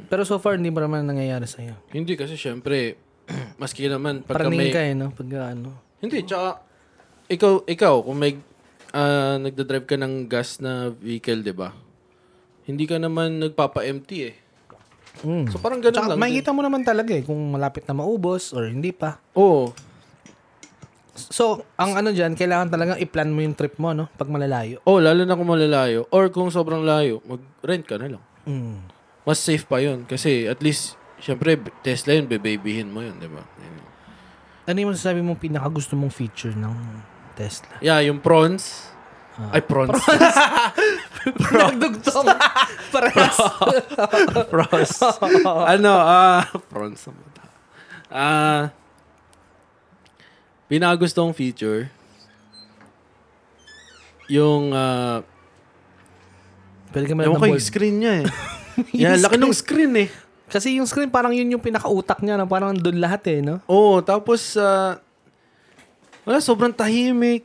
Speaker 2: pero so far, hindi mo naman nangyayari sa'yo.
Speaker 3: hmm, hindi kasi syempre, maski naman pagka
Speaker 2: Paraning
Speaker 3: may...
Speaker 2: ka eh, no? Pag ano.
Speaker 3: Hindi, tsaka ikaw, ikaw kung may ah, nagdadrive ka ng gas na vehicle, di ba? Hindi ka naman nagpapa-empty eh.
Speaker 2: Mm.
Speaker 3: So parang ganun
Speaker 2: Tsaka
Speaker 3: lang. din.
Speaker 2: makikita mo naman talaga eh kung malapit na maubos or hindi pa.
Speaker 3: Oo.
Speaker 2: So, ang ano dyan, kailangan talaga i-plan mo yung trip mo, no? Pag malalayo.
Speaker 3: Oh, lalo na kung malalayo. Or kung sobrang layo, mag-rent ka na lang.
Speaker 2: Mm.
Speaker 3: Mas safe pa yun. Kasi at least, syempre, b- Tesla yun, bebabyhin mo yun, di ba? Yun.
Speaker 2: Ano yung masasabi mong pinakagusto mong feature ng Tesla?
Speaker 3: Yeah, yung prawns. Ay, prawns.
Speaker 2: Nagdugtong. Parehas.
Speaker 3: prawns. ano, ah, prawns na mata. Ah, pinagustong feature, yung ah,
Speaker 2: Pwede ka manood
Speaker 3: Ewan
Speaker 2: ng
Speaker 3: ko yung
Speaker 2: board.
Speaker 3: screen niya eh. Yan, laki ng screen eh.
Speaker 2: Kasi yung screen, parang yun yung pinakautak niya. Na parang doon lahat eh, no?
Speaker 3: Oo, tapos, ah, wala, sobrang tahimik.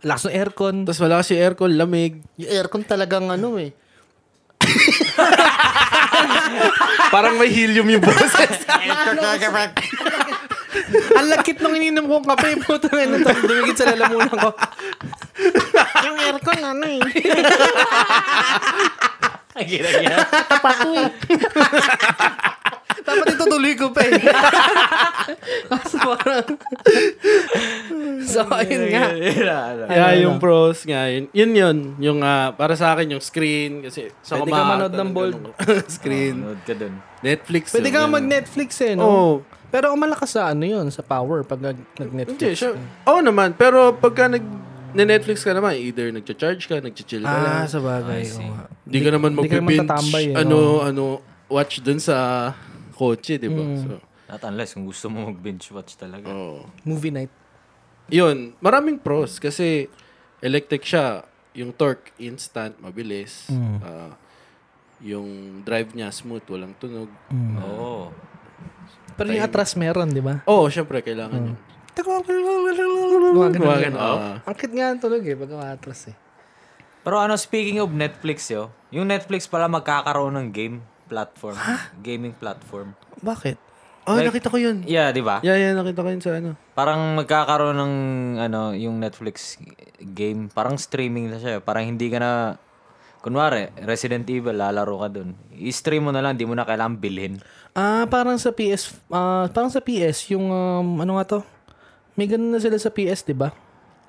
Speaker 2: Lakas ng aircon.
Speaker 3: Tapos wala kasi aircon, lamig.
Speaker 4: Yung aircon talagang ano eh.
Speaker 3: Parang may helium yung boses.
Speaker 2: Ano? Ang lakit nung ininom kong kape. Puto na ito. Dumigit sa lalamunan ko.
Speaker 4: yung aircon ano eh.
Speaker 2: Dapat itutuloy ko pa eh. Kaso parang... so, ayun nga. Ano,
Speaker 3: yeah, yung pros nga, yun yun. yun yung ah, para sa akin, yung screen. Kasi sa
Speaker 2: Pwede
Speaker 3: kumaha,
Speaker 2: ka manood ng
Speaker 3: talagang
Speaker 2: bold.
Speaker 3: screen.
Speaker 1: Manood ka dun.
Speaker 3: Netflix.
Speaker 2: Pwede ka
Speaker 3: yun, ganun.
Speaker 2: mag-Netflix eh, no?
Speaker 3: Oo.
Speaker 2: Pero malakas sa ano yun, sa power pag nag- nag-Netflix.
Speaker 3: Hindi, siya. Oo naman. Pero pagka nag netflix ka naman, either nagcha-charge ka, nagcha-chill ka lang.
Speaker 2: Ah, sa bagay. oo nga.
Speaker 3: Hindi ka naman
Speaker 2: di ka naman
Speaker 3: magbe-binge
Speaker 2: tatambay eh,
Speaker 3: ano,
Speaker 2: no?
Speaker 3: ano, watch dun sa kotse, di ba? So,
Speaker 1: Not unless kung gusto mo mag-binge watch talaga.
Speaker 3: oo.
Speaker 2: Movie night.
Speaker 3: Yun, maraming pros kasi electric siya. Yung torque, instant, mabilis. Ah, yung drive niya, smooth, walang tunog.
Speaker 1: Oo.
Speaker 2: Pero yung atras meron, di ba?
Speaker 3: Oo, syempre, kailangan yun. Gumagano. Ah.
Speaker 2: Ang cute nga ang tunog eh, pag umatras eh.
Speaker 1: Pero ano, speaking of Netflix, yo, yung Netflix pala magkakaroon ng game platform. Gaming platform.
Speaker 2: Bakit?
Speaker 3: Oh, nakita ko yun.
Speaker 1: Yeah, di ba?
Speaker 3: Yeah, yeah, nakita ko yun sa ano.
Speaker 1: Parang magkakaroon ng ano, yung Netflix game, parang streaming na siya. Parang hindi ka na kunwari Resident Evil lalaro ka dun. I-stream mo na lang, di mo na kailangan bilhin.
Speaker 2: Ah, parang sa PS, ah, parang sa PS, yung, um, ano nga to? May ganun na sila sa PS, di ba?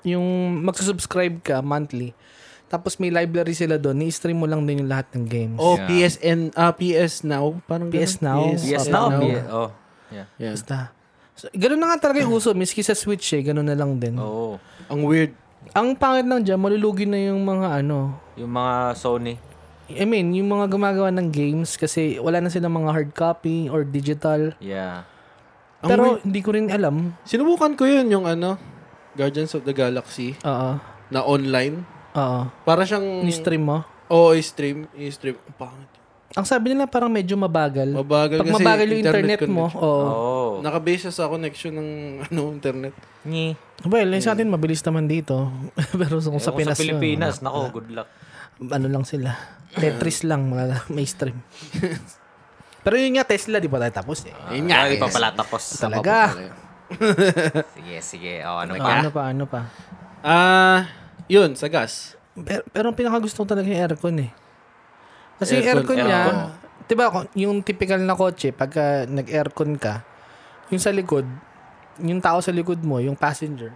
Speaker 2: Yung magsusubscribe ka monthly. Tapos may library sila doon, ni-stream mo lang din yung lahat ng games.
Speaker 3: Oh, PSN, ah, PS Now. Parang
Speaker 2: PS
Speaker 3: ganun.
Speaker 2: Now.
Speaker 1: Yes,
Speaker 2: Up
Speaker 1: na
Speaker 2: Now.
Speaker 1: Oh. Yeah.
Speaker 3: Yeah.
Speaker 2: Basta. So, ganun na nga talaga yung uso, miski sa Switch eh, ganun na lang din.
Speaker 1: Oo.
Speaker 3: Ang weird.
Speaker 2: Ang pangit lang dyan, malulugi na yung mga ano,
Speaker 1: Yung mga Sony.
Speaker 2: I mean, yung mga gumagawa ng games kasi wala na silang mga hard copy or digital.
Speaker 1: Yeah.
Speaker 3: Ang
Speaker 2: Pero
Speaker 3: weird.
Speaker 2: hindi ko rin alam.
Speaker 3: Sinubukan ko yun, yung ano, Guardians of the Galaxy,
Speaker 2: Oo.
Speaker 3: na online.
Speaker 2: Oo.
Speaker 3: Para siyang...
Speaker 2: Ni-stream mo.
Speaker 3: Oo, i-stream. I-stream. Ang pangit.
Speaker 2: Ang sabi nila parang medyo mabagal.
Speaker 3: Mabagal
Speaker 2: Pag
Speaker 3: kasi
Speaker 2: mabagal yung internet,
Speaker 3: internet
Speaker 2: mo, oo.
Speaker 1: Oo.
Speaker 3: Nakabase siya sa connection ng ano internet.
Speaker 1: Ngi.
Speaker 2: Well, yung sa atin mabilis naman dito. Pero kung sa
Speaker 1: Kung
Speaker 2: Pinas
Speaker 1: sa
Speaker 2: yun,
Speaker 1: Pilipinas, nako, good luck.
Speaker 2: ano lang sila. Tetris lang, mga- may stream. Pero yun nga, Tesla, di ba tayo tapos eh.
Speaker 1: Yun nga. Lagi pa pala tapos.
Speaker 2: Talaga.
Speaker 1: sige, sige. Oh, ano
Speaker 2: Oo,
Speaker 1: pa?
Speaker 2: ano pa, ano pa.
Speaker 3: Ah, yun sa gas.
Speaker 2: Pero, pero ang pinakagusto ko talaga yung aircon eh. Kasi yung aircon,
Speaker 3: Aircon,
Speaker 2: niya,
Speaker 1: aircon.
Speaker 2: 'di ba, ko- yung typical na kotse pagka nag-aircon ka, yung sa likod, yung tao sa likod mo, yung passenger,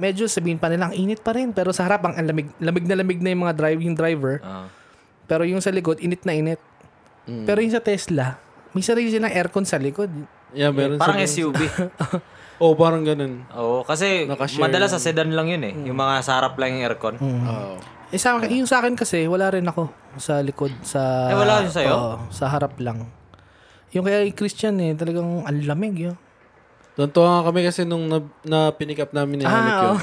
Speaker 2: medyo sabihin pa nila ang init pa rin pero sa harap ang ang lamig, lamig na lamig na yung mga drive, yung driver.
Speaker 1: Ah.
Speaker 2: Pero yung sa likod, init na init. Pero yung sa Tesla, may sarili silang aircon sa likod.
Speaker 3: Yeah, meron
Speaker 1: Parang
Speaker 3: sa
Speaker 1: SUV.
Speaker 3: Oh, parang ganun.
Speaker 1: Oo, kasi
Speaker 3: Nakashare
Speaker 1: madalas sa sedan lang yun eh. Yung mga sa harap lang yung aircon.
Speaker 3: Oo.
Speaker 2: Eh, sa, akin- yung sa akin kasi, wala rin ako sa likod. Sa,
Speaker 1: Eh, wala rin sa'yo?
Speaker 2: Oo, sa harap lang. Yung kay Christian eh, talagang ang lamig yun.
Speaker 3: Tuntuhan kami kasi nung na, na pinick up namin ni Alec
Speaker 2: Ah,
Speaker 3: yun.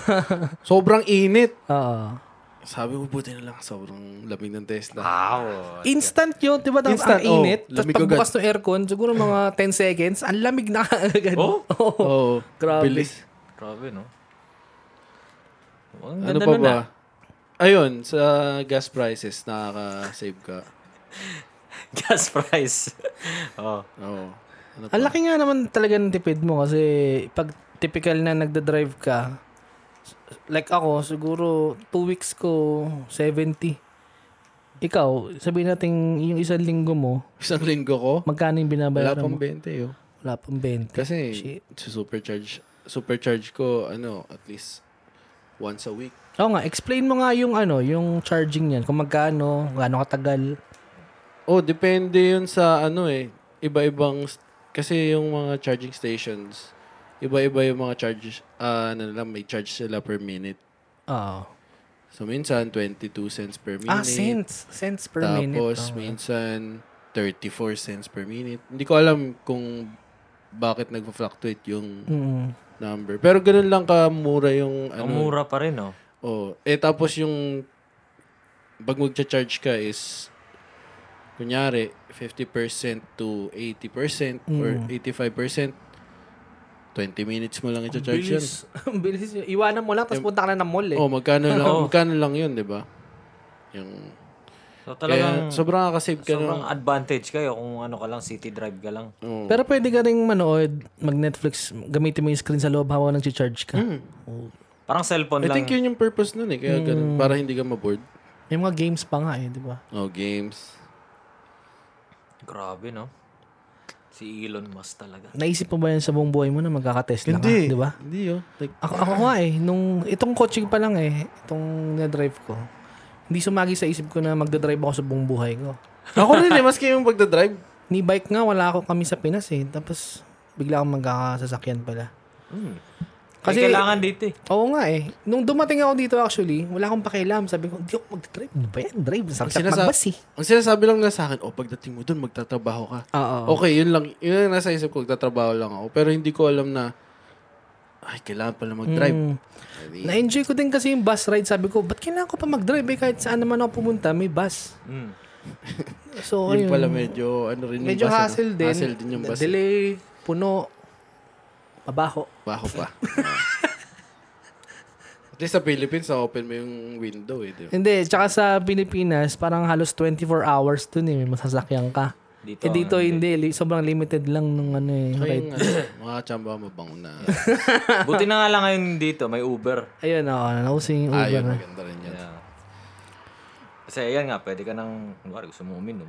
Speaker 3: Sobrang init.
Speaker 2: Oo.
Speaker 3: Sabi ko, buti na lang sobrang lamig ng Tesla.
Speaker 1: Wow.
Speaker 2: Instant yun, di ba? Tapos
Speaker 3: Instant,
Speaker 2: ang init.
Speaker 3: oo.
Speaker 2: Tapos
Speaker 3: Lamig
Speaker 2: pagbukas ng aircon, siguro mga 10 seconds, ang lamig na agad.
Speaker 1: Oh?
Speaker 2: Oo.
Speaker 3: Oo.
Speaker 2: Grabe.
Speaker 3: Bilis.
Speaker 1: Grabe, no? Ang
Speaker 3: Ano
Speaker 1: ganda
Speaker 3: pa
Speaker 1: nun
Speaker 3: ba?
Speaker 1: ah.
Speaker 3: Ayun, sa gas prices, nakaka-save ka.
Speaker 1: Gas price. oh.
Speaker 3: Oo. Ano
Speaker 2: Ang laki nga naman talaga ng tipid mo kasi pag typical na nagda-drive ka, like ako, siguro 2 weeks ko, 70. Ikaw, sabihin natin yung isang linggo mo,
Speaker 3: Isang linggo ko,
Speaker 2: magkano yung
Speaker 3: wala
Speaker 2: binabayaran
Speaker 3: pang
Speaker 2: mo?
Speaker 3: 20 yun.
Speaker 2: Wala pang 20.
Speaker 3: Kasi
Speaker 2: Shit.
Speaker 3: sa supercharge, supercharge ko, ano, at least once a week.
Speaker 2: Oo nga, explain mo nga yung ano, yung charging niyan, kung magkano, gaano katagal.
Speaker 3: Oh, depende yun sa ano eh. Iba-ibang, st- kasi yung mga charging stations, iba-iba yung mga charge, ah, ano lang, may charge sila per minute.
Speaker 2: Oo.
Speaker 3: So, minsan, 22 cents per minute.
Speaker 2: Ah, cents. Cents per
Speaker 3: Tapos,
Speaker 2: minute. Oo.
Speaker 3: minsan, 34 cents per minute. Hindi ko alam kung bakit nagpa-fluctuate yung
Speaker 2: Mm.
Speaker 3: number. Pero ganun lang kamura yung
Speaker 1: Ang
Speaker 3: ano,
Speaker 1: mura pa rin, oh.
Speaker 3: Oh, eh tapos yung pag mag-charge ka is, kunyari, 50% to 80% or 85%, 20 minutes mo lang i-charge yun.
Speaker 2: Bilis. Ang bilis. yun. Iwanan mo lang, tapos punta ka na ng mall eh.
Speaker 3: Oh, magkano lang,
Speaker 1: Oo.
Speaker 3: magkano lang yun, di ba? Yung,
Speaker 1: So
Speaker 3: kaya
Speaker 1: talagang
Speaker 3: sobrang nakasave ka Mm.
Speaker 1: sobrang
Speaker 3: ng,
Speaker 1: advantage kayo kung ano ka lang, city drive ka lang.
Speaker 3: Oo.
Speaker 2: Pero pwede ka rin manood, mag-Netflix, gamitin mo yung screen sa loob habang nag-charge ka.
Speaker 3: Mm.
Speaker 1: Parang cellphone
Speaker 3: I
Speaker 1: lang.
Speaker 3: think yun yung purpose nun eh. Kaya ganun, para hindi ka maboard.
Speaker 2: May mga games pa nga eh, di ba?
Speaker 3: Oh, games.
Speaker 1: Grabe, no? Si Elon Musk talaga.
Speaker 2: Naisip mo ba yan sa buong buhay mo na magkaka-Tesla ka, di ba?
Speaker 3: Hindi oh. Like,
Speaker 2: Ako, ako nga eh, nung itong coaching pa lang eh, itong na-drive ko, hindi sumagi sa isip ko na magdadrive ako sa buong buhay ko.
Speaker 3: ako rin eh, maski yung pagdadrive.
Speaker 2: Ni bike nga, wala ako kami sa Pinas eh. Tapos, bigla akong magkakasasakyan pala.
Speaker 1: Kasi
Speaker 2: Kasi-
Speaker 1: kailangan dito eh.
Speaker 2: Oo nga eh. Nung dumating ako dito actually, wala akong pakialam. Sabi ko, hindi ako mag-drive. Ano ba yan? Drive. Sarap sarap
Speaker 3: Sinasa-
Speaker 2: magbas eh.
Speaker 3: Ang sinasabi lang na sa akin, oh, pagdating mo dun, magtatrabaho ka.
Speaker 2: Oo.
Speaker 3: Okay, yun lang. Yun ang nasa isip ko, magtatrabaho lang ako. Pero hindi ko alam na, ay, kailangan pala mag-drive.
Speaker 2: Mm. Na-enjoy ko din kasi yung bus ride. Sabi ko, ba't kailangan ko pa mag-drive eh? Kahit saan naman ako pumunta, may bus.
Speaker 1: Mm.
Speaker 2: So,
Speaker 3: Yun
Speaker 2: ayun.
Speaker 3: pala medyo, ano rin
Speaker 2: medyo
Speaker 3: yung bus, ano?
Speaker 2: hassle din.
Speaker 3: Hassle din yung bus. eh.
Speaker 2: Delay, puno, mabaho.
Speaker 3: Baho pa. At least sa Philippines, open mo yung window eh. Di ba?
Speaker 2: Hindi, tsaka sa Pilipinas, parang halos 24 hours dun eh. May masasakyan ka.
Speaker 1: Dito,
Speaker 2: eh dito
Speaker 1: ano,
Speaker 2: hindi. Li- Sobrang limited lang nung ano eh.
Speaker 3: Tsaka
Speaker 2: Right.
Speaker 3: yung, ano, mga tsamba mabango na.
Speaker 1: Buti na nga lang ngayon dito, may Uber.
Speaker 2: Ayun, oo. Nauso yung Uber.
Speaker 3: Ayun,
Speaker 2: na.
Speaker 3: maganda rin yan.
Speaker 1: Yeah. Kasi ayan nga, pwede ka nang, kunwari gusto mo uminom.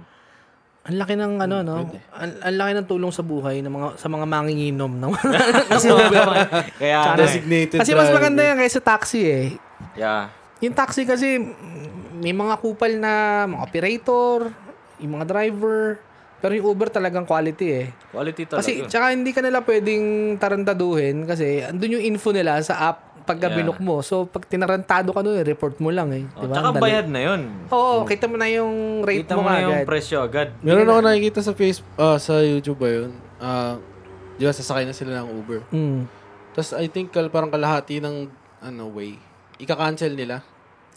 Speaker 2: Ang laki ng ano, no? Ang, ang laki ng tulong sa buhay ng mga, sa mga manginginom. Ng, ng Uber.
Speaker 1: Kaya, ano, eh.
Speaker 3: Designated
Speaker 2: Kasi mas
Speaker 3: driver.
Speaker 2: maganda yan kaysa taxi eh.
Speaker 1: yeah.
Speaker 2: Yung taxi kasi, mm, may mga kupal na mga operator, yung mga driver. Pero yung Uber talagang quality eh.
Speaker 1: Quality talaga.
Speaker 2: Kasi, tsaka hindi ka nila pwedeng tarantaduhin kasi andun yung info nila sa app pagka
Speaker 1: Yeah.
Speaker 2: binok mo. So, pag tinarantado ka nun, eh, report mo lang eh.
Speaker 1: oh,
Speaker 2: Diba?
Speaker 1: tsaka
Speaker 2: Ang dali.
Speaker 1: bayad na yun.
Speaker 2: Oo, kita mo na yung
Speaker 1: Oh.
Speaker 2: rate
Speaker 1: Kita
Speaker 2: mo,
Speaker 1: mo na yung
Speaker 2: agad.
Speaker 1: presyo agad.
Speaker 3: Meron ako nakikita sa Facebook, ah, sa YouTube ba yun? Ah, di ba, sasakay na sila ng Uber.
Speaker 2: Mm.
Speaker 3: Tapos I think kal parang kalahati ng ano way. Ika-cancel nila.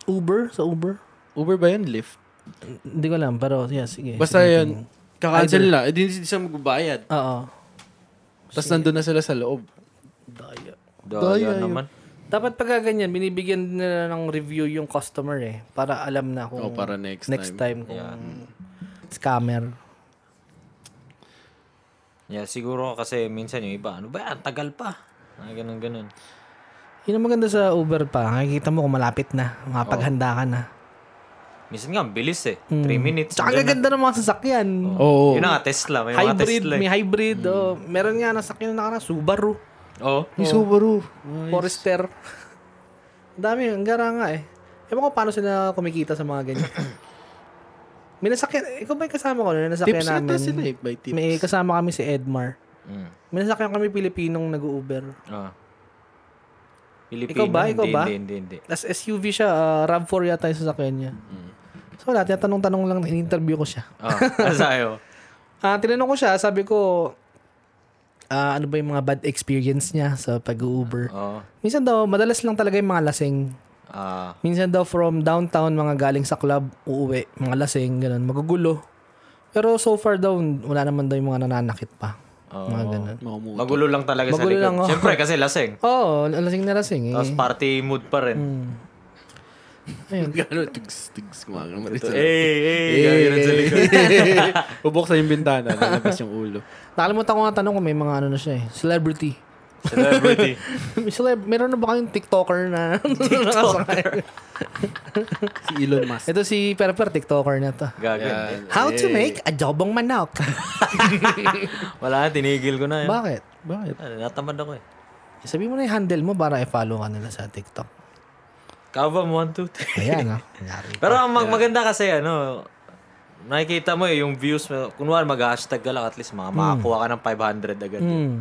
Speaker 2: Uber? Sa Uber?
Speaker 3: Uber ba yun? Lyft?
Speaker 2: Hindi ko alam, pero yeah, sige.
Speaker 3: Basta
Speaker 2: Sige.
Speaker 3: yun. Kakancel nila. Eh, di, di siya magbabayad.
Speaker 2: Oo.
Speaker 3: Tapos nandun na sila sa loob.
Speaker 2: Daya.
Speaker 1: Daya naman.
Speaker 2: Dapat pagka ganyan, binibigyan nila ng review yung customer eh. Para alam na kung
Speaker 3: O Oh, para next,
Speaker 2: Mm. next
Speaker 3: time.
Speaker 2: time, kung scammer.
Speaker 1: Yeah, siguro kasi minsan yung iba, ano ba yan, tagal pa. Ah, ganun, ganun.
Speaker 2: Yun ang maganda sa Uber pa. Nakikita mo kung malapit na. Makapaghanda ka na.
Speaker 1: Minsan nga, ang bilis eh. 3 minutes.
Speaker 2: Hmm. Tsaka ang
Speaker 1: andyan na.
Speaker 2: gaganda ng mga sasakyan.
Speaker 3: Oo.
Speaker 1: Yun na nga, Tesla. May mga
Speaker 2: hybrid,
Speaker 1: Tesla. eh.
Speaker 2: may hybrid. oh. meron nga nasakyan na nakaraan, Subaru,
Speaker 1: Oo.
Speaker 3: Yung Subaru.
Speaker 2: Forester. Ang dami, ang gara nga eh. Ewan ko paano sila kumikita sa mga ganyan. may nasakyan, ikaw ba yung kasama ko na nasakyan
Speaker 3: Tips
Speaker 2: namin?
Speaker 3: yata sila eh. By tips.
Speaker 2: May kasama kami si Edmar.
Speaker 1: Mm.
Speaker 2: May nasakyan kami Pilipinong nag-Uber.
Speaker 1: Ah. Pilipino.
Speaker 2: Ikaw ba? Ikaw
Speaker 1: hindi,
Speaker 2: ba?
Speaker 1: Hindi, hindi, hindi.
Speaker 2: Tapos SUV siya, ah, RAV4 yata yung sasakyan niya.
Speaker 3: Mm.
Speaker 2: So wala, tinatanong-tanong lang, in-interview ko siya.
Speaker 1: Ah, ano sa'yo?
Speaker 2: Ah, tinanong ko siya, sabi ko, ah, ano ba yung mga bad experience niya sa pag-Uber?
Speaker 1: Oo.
Speaker 2: Minsan daw, madalas lang talaga yung mga lasing.
Speaker 1: Oh, Ah,
Speaker 2: Minsan daw from downtown, mga galing sa club, uuwi, mga lasing, ganun, magugulo. Pero so far daw, wala naman daw yung mga nananakit pa. Mga ganun.
Speaker 3: Makamu-
Speaker 1: magulo lang talaga sa
Speaker 2: Magulo
Speaker 1: likod.
Speaker 2: lang, oh.
Speaker 1: Siyempre, kasi lasing.
Speaker 2: Oo, lasing na lasing. Eh.
Speaker 1: Tapos party mood pa rin.
Speaker 2: Mm.
Speaker 3: Gano'n. Tugs, tugs. Kumakamari sa loob.
Speaker 1: Hey, hey, gano'n sa likod.
Speaker 3: Bubuksan yung bintana. Lalabas yung ulo.
Speaker 2: Nakalimutan ko nga tanong kung may mga ano na siya eh. Celebrity.
Speaker 1: Celebrity.
Speaker 2: May Celeb, meron na ba kayong TikToker na TikToker?
Speaker 3: Si Elon Musk.
Speaker 2: Ito si Perper, TikToker na to.
Speaker 1: Gaganda.
Speaker 2: How to make adobong manok.
Speaker 1: Wala, tinigil ko na yun.
Speaker 2: Bakit?
Speaker 3: Bakit?
Speaker 1: Ah, natamad ako eh.
Speaker 2: Sabi mo na yung handle mo para i-follow ka nila sa TikTok.
Speaker 1: Kaba mo, 1, 2, 3.
Speaker 2: Ayan, ah. Kunyari.
Speaker 1: Pero ang mag- maganda kasi ano, nakikita mo eh, yung views mo. Kunwari, mag-hashtag ka lang, at least mga makakuha ka ng 500 agad. eh.
Speaker 2: Hmm.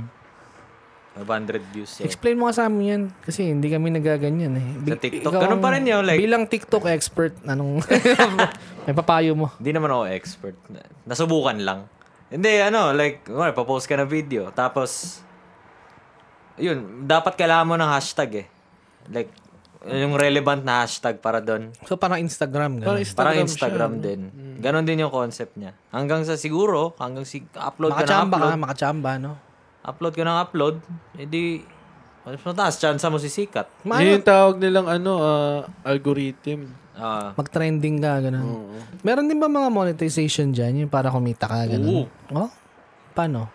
Speaker 1: 500 views eh.
Speaker 2: Explain mo nga sa amin yan. Kasi hindi kami nagaganyan eh.
Speaker 1: Sa TikTok,
Speaker 2: ikaw
Speaker 1: ganun
Speaker 2: ang-
Speaker 1: pa rin yun, like-
Speaker 2: bilang TikTok expert, anong... may papayo mo.
Speaker 1: Hindi naman ako expert. Nasubukan lang. Hindi, ano, like, kunwari, papost ka na video. Tapos, yun, dapat kailangan mo ng hashtag eh. Like, yung relevant na hashtag para doon.
Speaker 2: So parang Instagram. Parang
Speaker 3: Parang
Speaker 1: Parang
Speaker 3: Instagram,
Speaker 1: Instagram din. Ganon din yung concept niya. Hanggang sa siguro, hanggang si upload ka ng
Speaker 2: makachamba ka,
Speaker 1: upload,
Speaker 2: makachamba, no?
Speaker 1: upload ka ng upload, edi, mas mataas, chance mo sisikat.
Speaker 3: Yun yung tawag nilang ano, ah, algorithm.
Speaker 1: Ah,
Speaker 2: Mag-trending ka, ganun. Meron din ba mga monetization dyan? Yung para kumita ka, ganun? Oh? Paano?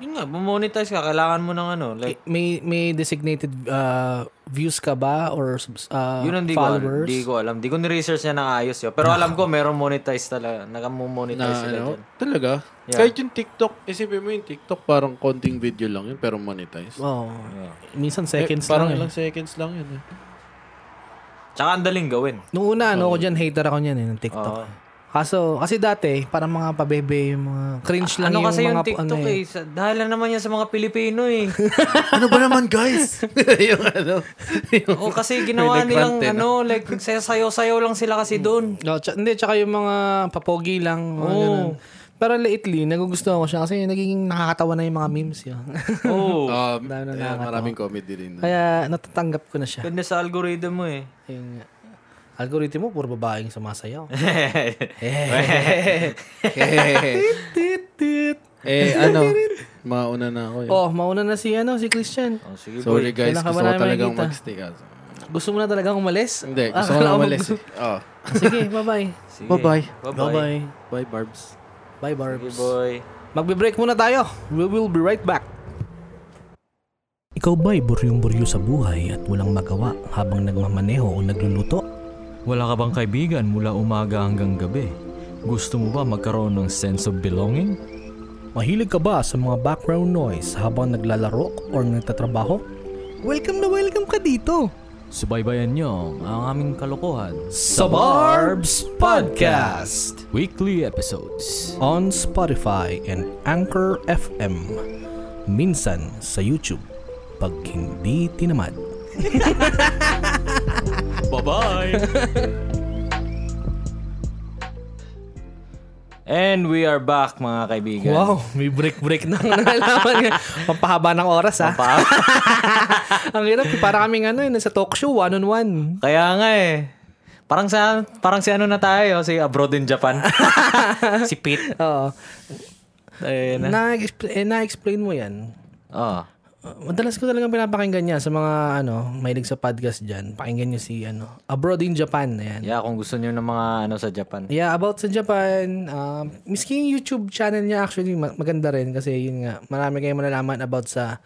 Speaker 1: yun nga, bumonetize ka, kailangan mo ng ano, like,
Speaker 2: May may designated uh, views ka ba or subs- uh,
Speaker 1: yun ang di ko,
Speaker 2: followers?
Speaker 1: di ko alam. Di ko ni-research niya ng ayos yun. Pero alam ko, meron monetize talaga.
Speaker 3: Na,
Speaker 1: Nakamonetize sila
Speaker 3: ano,
Speaker 1: dyan.
Speaker 3: talaga? Kahit yung TikTok, isipin mo yung TikTok, parang konting video lang yun, pero monetize.
Speaker 2: Oh. Minsan
Speaker 1: Eh,
Speaker 2: seconds
Speaker 3: parang
Speaker 2: lang.
Speaker 3: ilang seconds lang yun. Eh.
Speaker 1: Tsaka ang daling gawin.
Speaker 2: Eh. Nung una, ano ko dyan, hater ako niyan eh, ng TikTok.
Speaker 1: Oo.
Speaker 2: Kaso, kasi dati, parang mga pabebe, yung mga cringe lang
Speaker 1: ano
Speaker 2: yung
Speaker 1: kasi
Speaker 2: mga...
Speaker 1: yung
Speaker 2: po-
Speaker 1: TikTok
Speaker 2: ano
Speaker 1: eh. sa- dahil lang naman yan sa mga Pilipino eh.
Speaker 3: ano ba naman, guys? yung ano, yung
Speaker 1: o kasi ginawa
Speaker 3: May
Speaker 1: nilang
Speaker 3: nag-rant eh,
Speaker 1: ano, like sayaw-sayaw lang sila kasi doon.
Speaker 2: No, tsa- hindi, tsaka yung mga papogi lang.
Speaker 1: Oh.
Speaker 2: Mga ganun. Pero lately, nagugustuhan ko siya kasi nagiging nakakatawa na yung mga memes yun.
Speaker 1: Oo. Oh,
Speaker 3: Um,
Speaker 2: Dami na
Speaker 3: ayan,
Speaker 2: nakakatawa.
Speaker 3: maraming comedy rin. doon.
Speaker 2: Kaya natatanggap ko na siya.
Speaker 1: ganda sa algorithm mo eh.
Speaker 2: Yung algorithm mo, puro babaeng sumasayaw. tit, tit.
Speaker 3: eh, ano, mauna na ako. Yun.
Speaker 2: Oh, mauna na si, ano, si Christian.
Speaker 1: Oh, sige boy.
Speaker 3: Sorry guys,
Speaker 2: Kailan ka ba
Speaker 3: gusto ko
Speaker 2: namin
Speaker 3: talagang
Speaker 2: makikita?
Speaker 3: mag-stay. kaso.
Speaker 2: Gusto mo na talagang umalis?
Speaker 3: Hindi,
Speaker 2: Ah,
Speaker 3: gusto ko
Speaker 2: akala
Speaker 3: lang
Speaker 2: mo
Speaker 3: umalis.
Speaker 2: gusto-
Speaker 3: Eh. Oh.
Speaker 2: Sige, bye-bye.
Speaker 1: Sige.
Speaker 3: Bye-bye.
Speaker 1: Bye-bye.
Speaker 3: Bye, Barbs.
Speaker 1: Sige,
Speaker 2: Bye, Barbs.
Speaker 1: boy.
Speaker 2: Magbe-break muna tayo. We will be right back. Ikaw ba'y buryong-buryo sa buhay at walang magawa habang nagmamaneho o nagluluto?
Speaker 5: Wala ka bang kaibigan mula umaga hanggang gabi? Gusto mo ba magkaroon ng sense of belonging?
Speaker 2: Mahilig ka ba sa mga background noise habang naglalaro or nagtatrabaho? Welcome na welcome ka dito
Speaker 5: Subaybayan niyo ang aming kalokohan
Speaker 2: sa Barbs Podcast
Speaker 5: weekly episodes.
Speaker 2: on Spotify and Anchor FM. Minsan sa YouTube pag hindi tinamad.
Speaker 1: And we are back mga kaibigan.
Speaker 2: Wow, may break-break na ang nalaman niya. Pampahaba ng oras ha. ang hirap, para kaming ano yun, sa talk show, one-on-one.
Speaker 1: Kaya nga eh. Parang sa parang si ano na tayo, si abroad in Japan. si Pete.
Speaker 2: Oo.
Speaker 1: Ayun na.
Speaker 2: Na-expl- eh, na-explain mo yan.
Speaker 1: Oh.
Speaker 2: Uh, madalas ko talagang pinapakinggan niya sa mga ano, mahilig sa podcast dyan. Pakinggan niyo si ano, Abroad in Japan. Ayan.
Speaker 1: Yeah, kung gusto niyo ng mga ano sa Japan.
Speaker 2: Yeah, about sa Japan, um, miski yung YouTube channel niya actually ma- maganda rin kasi yun nga, marami kayong malalaman about sa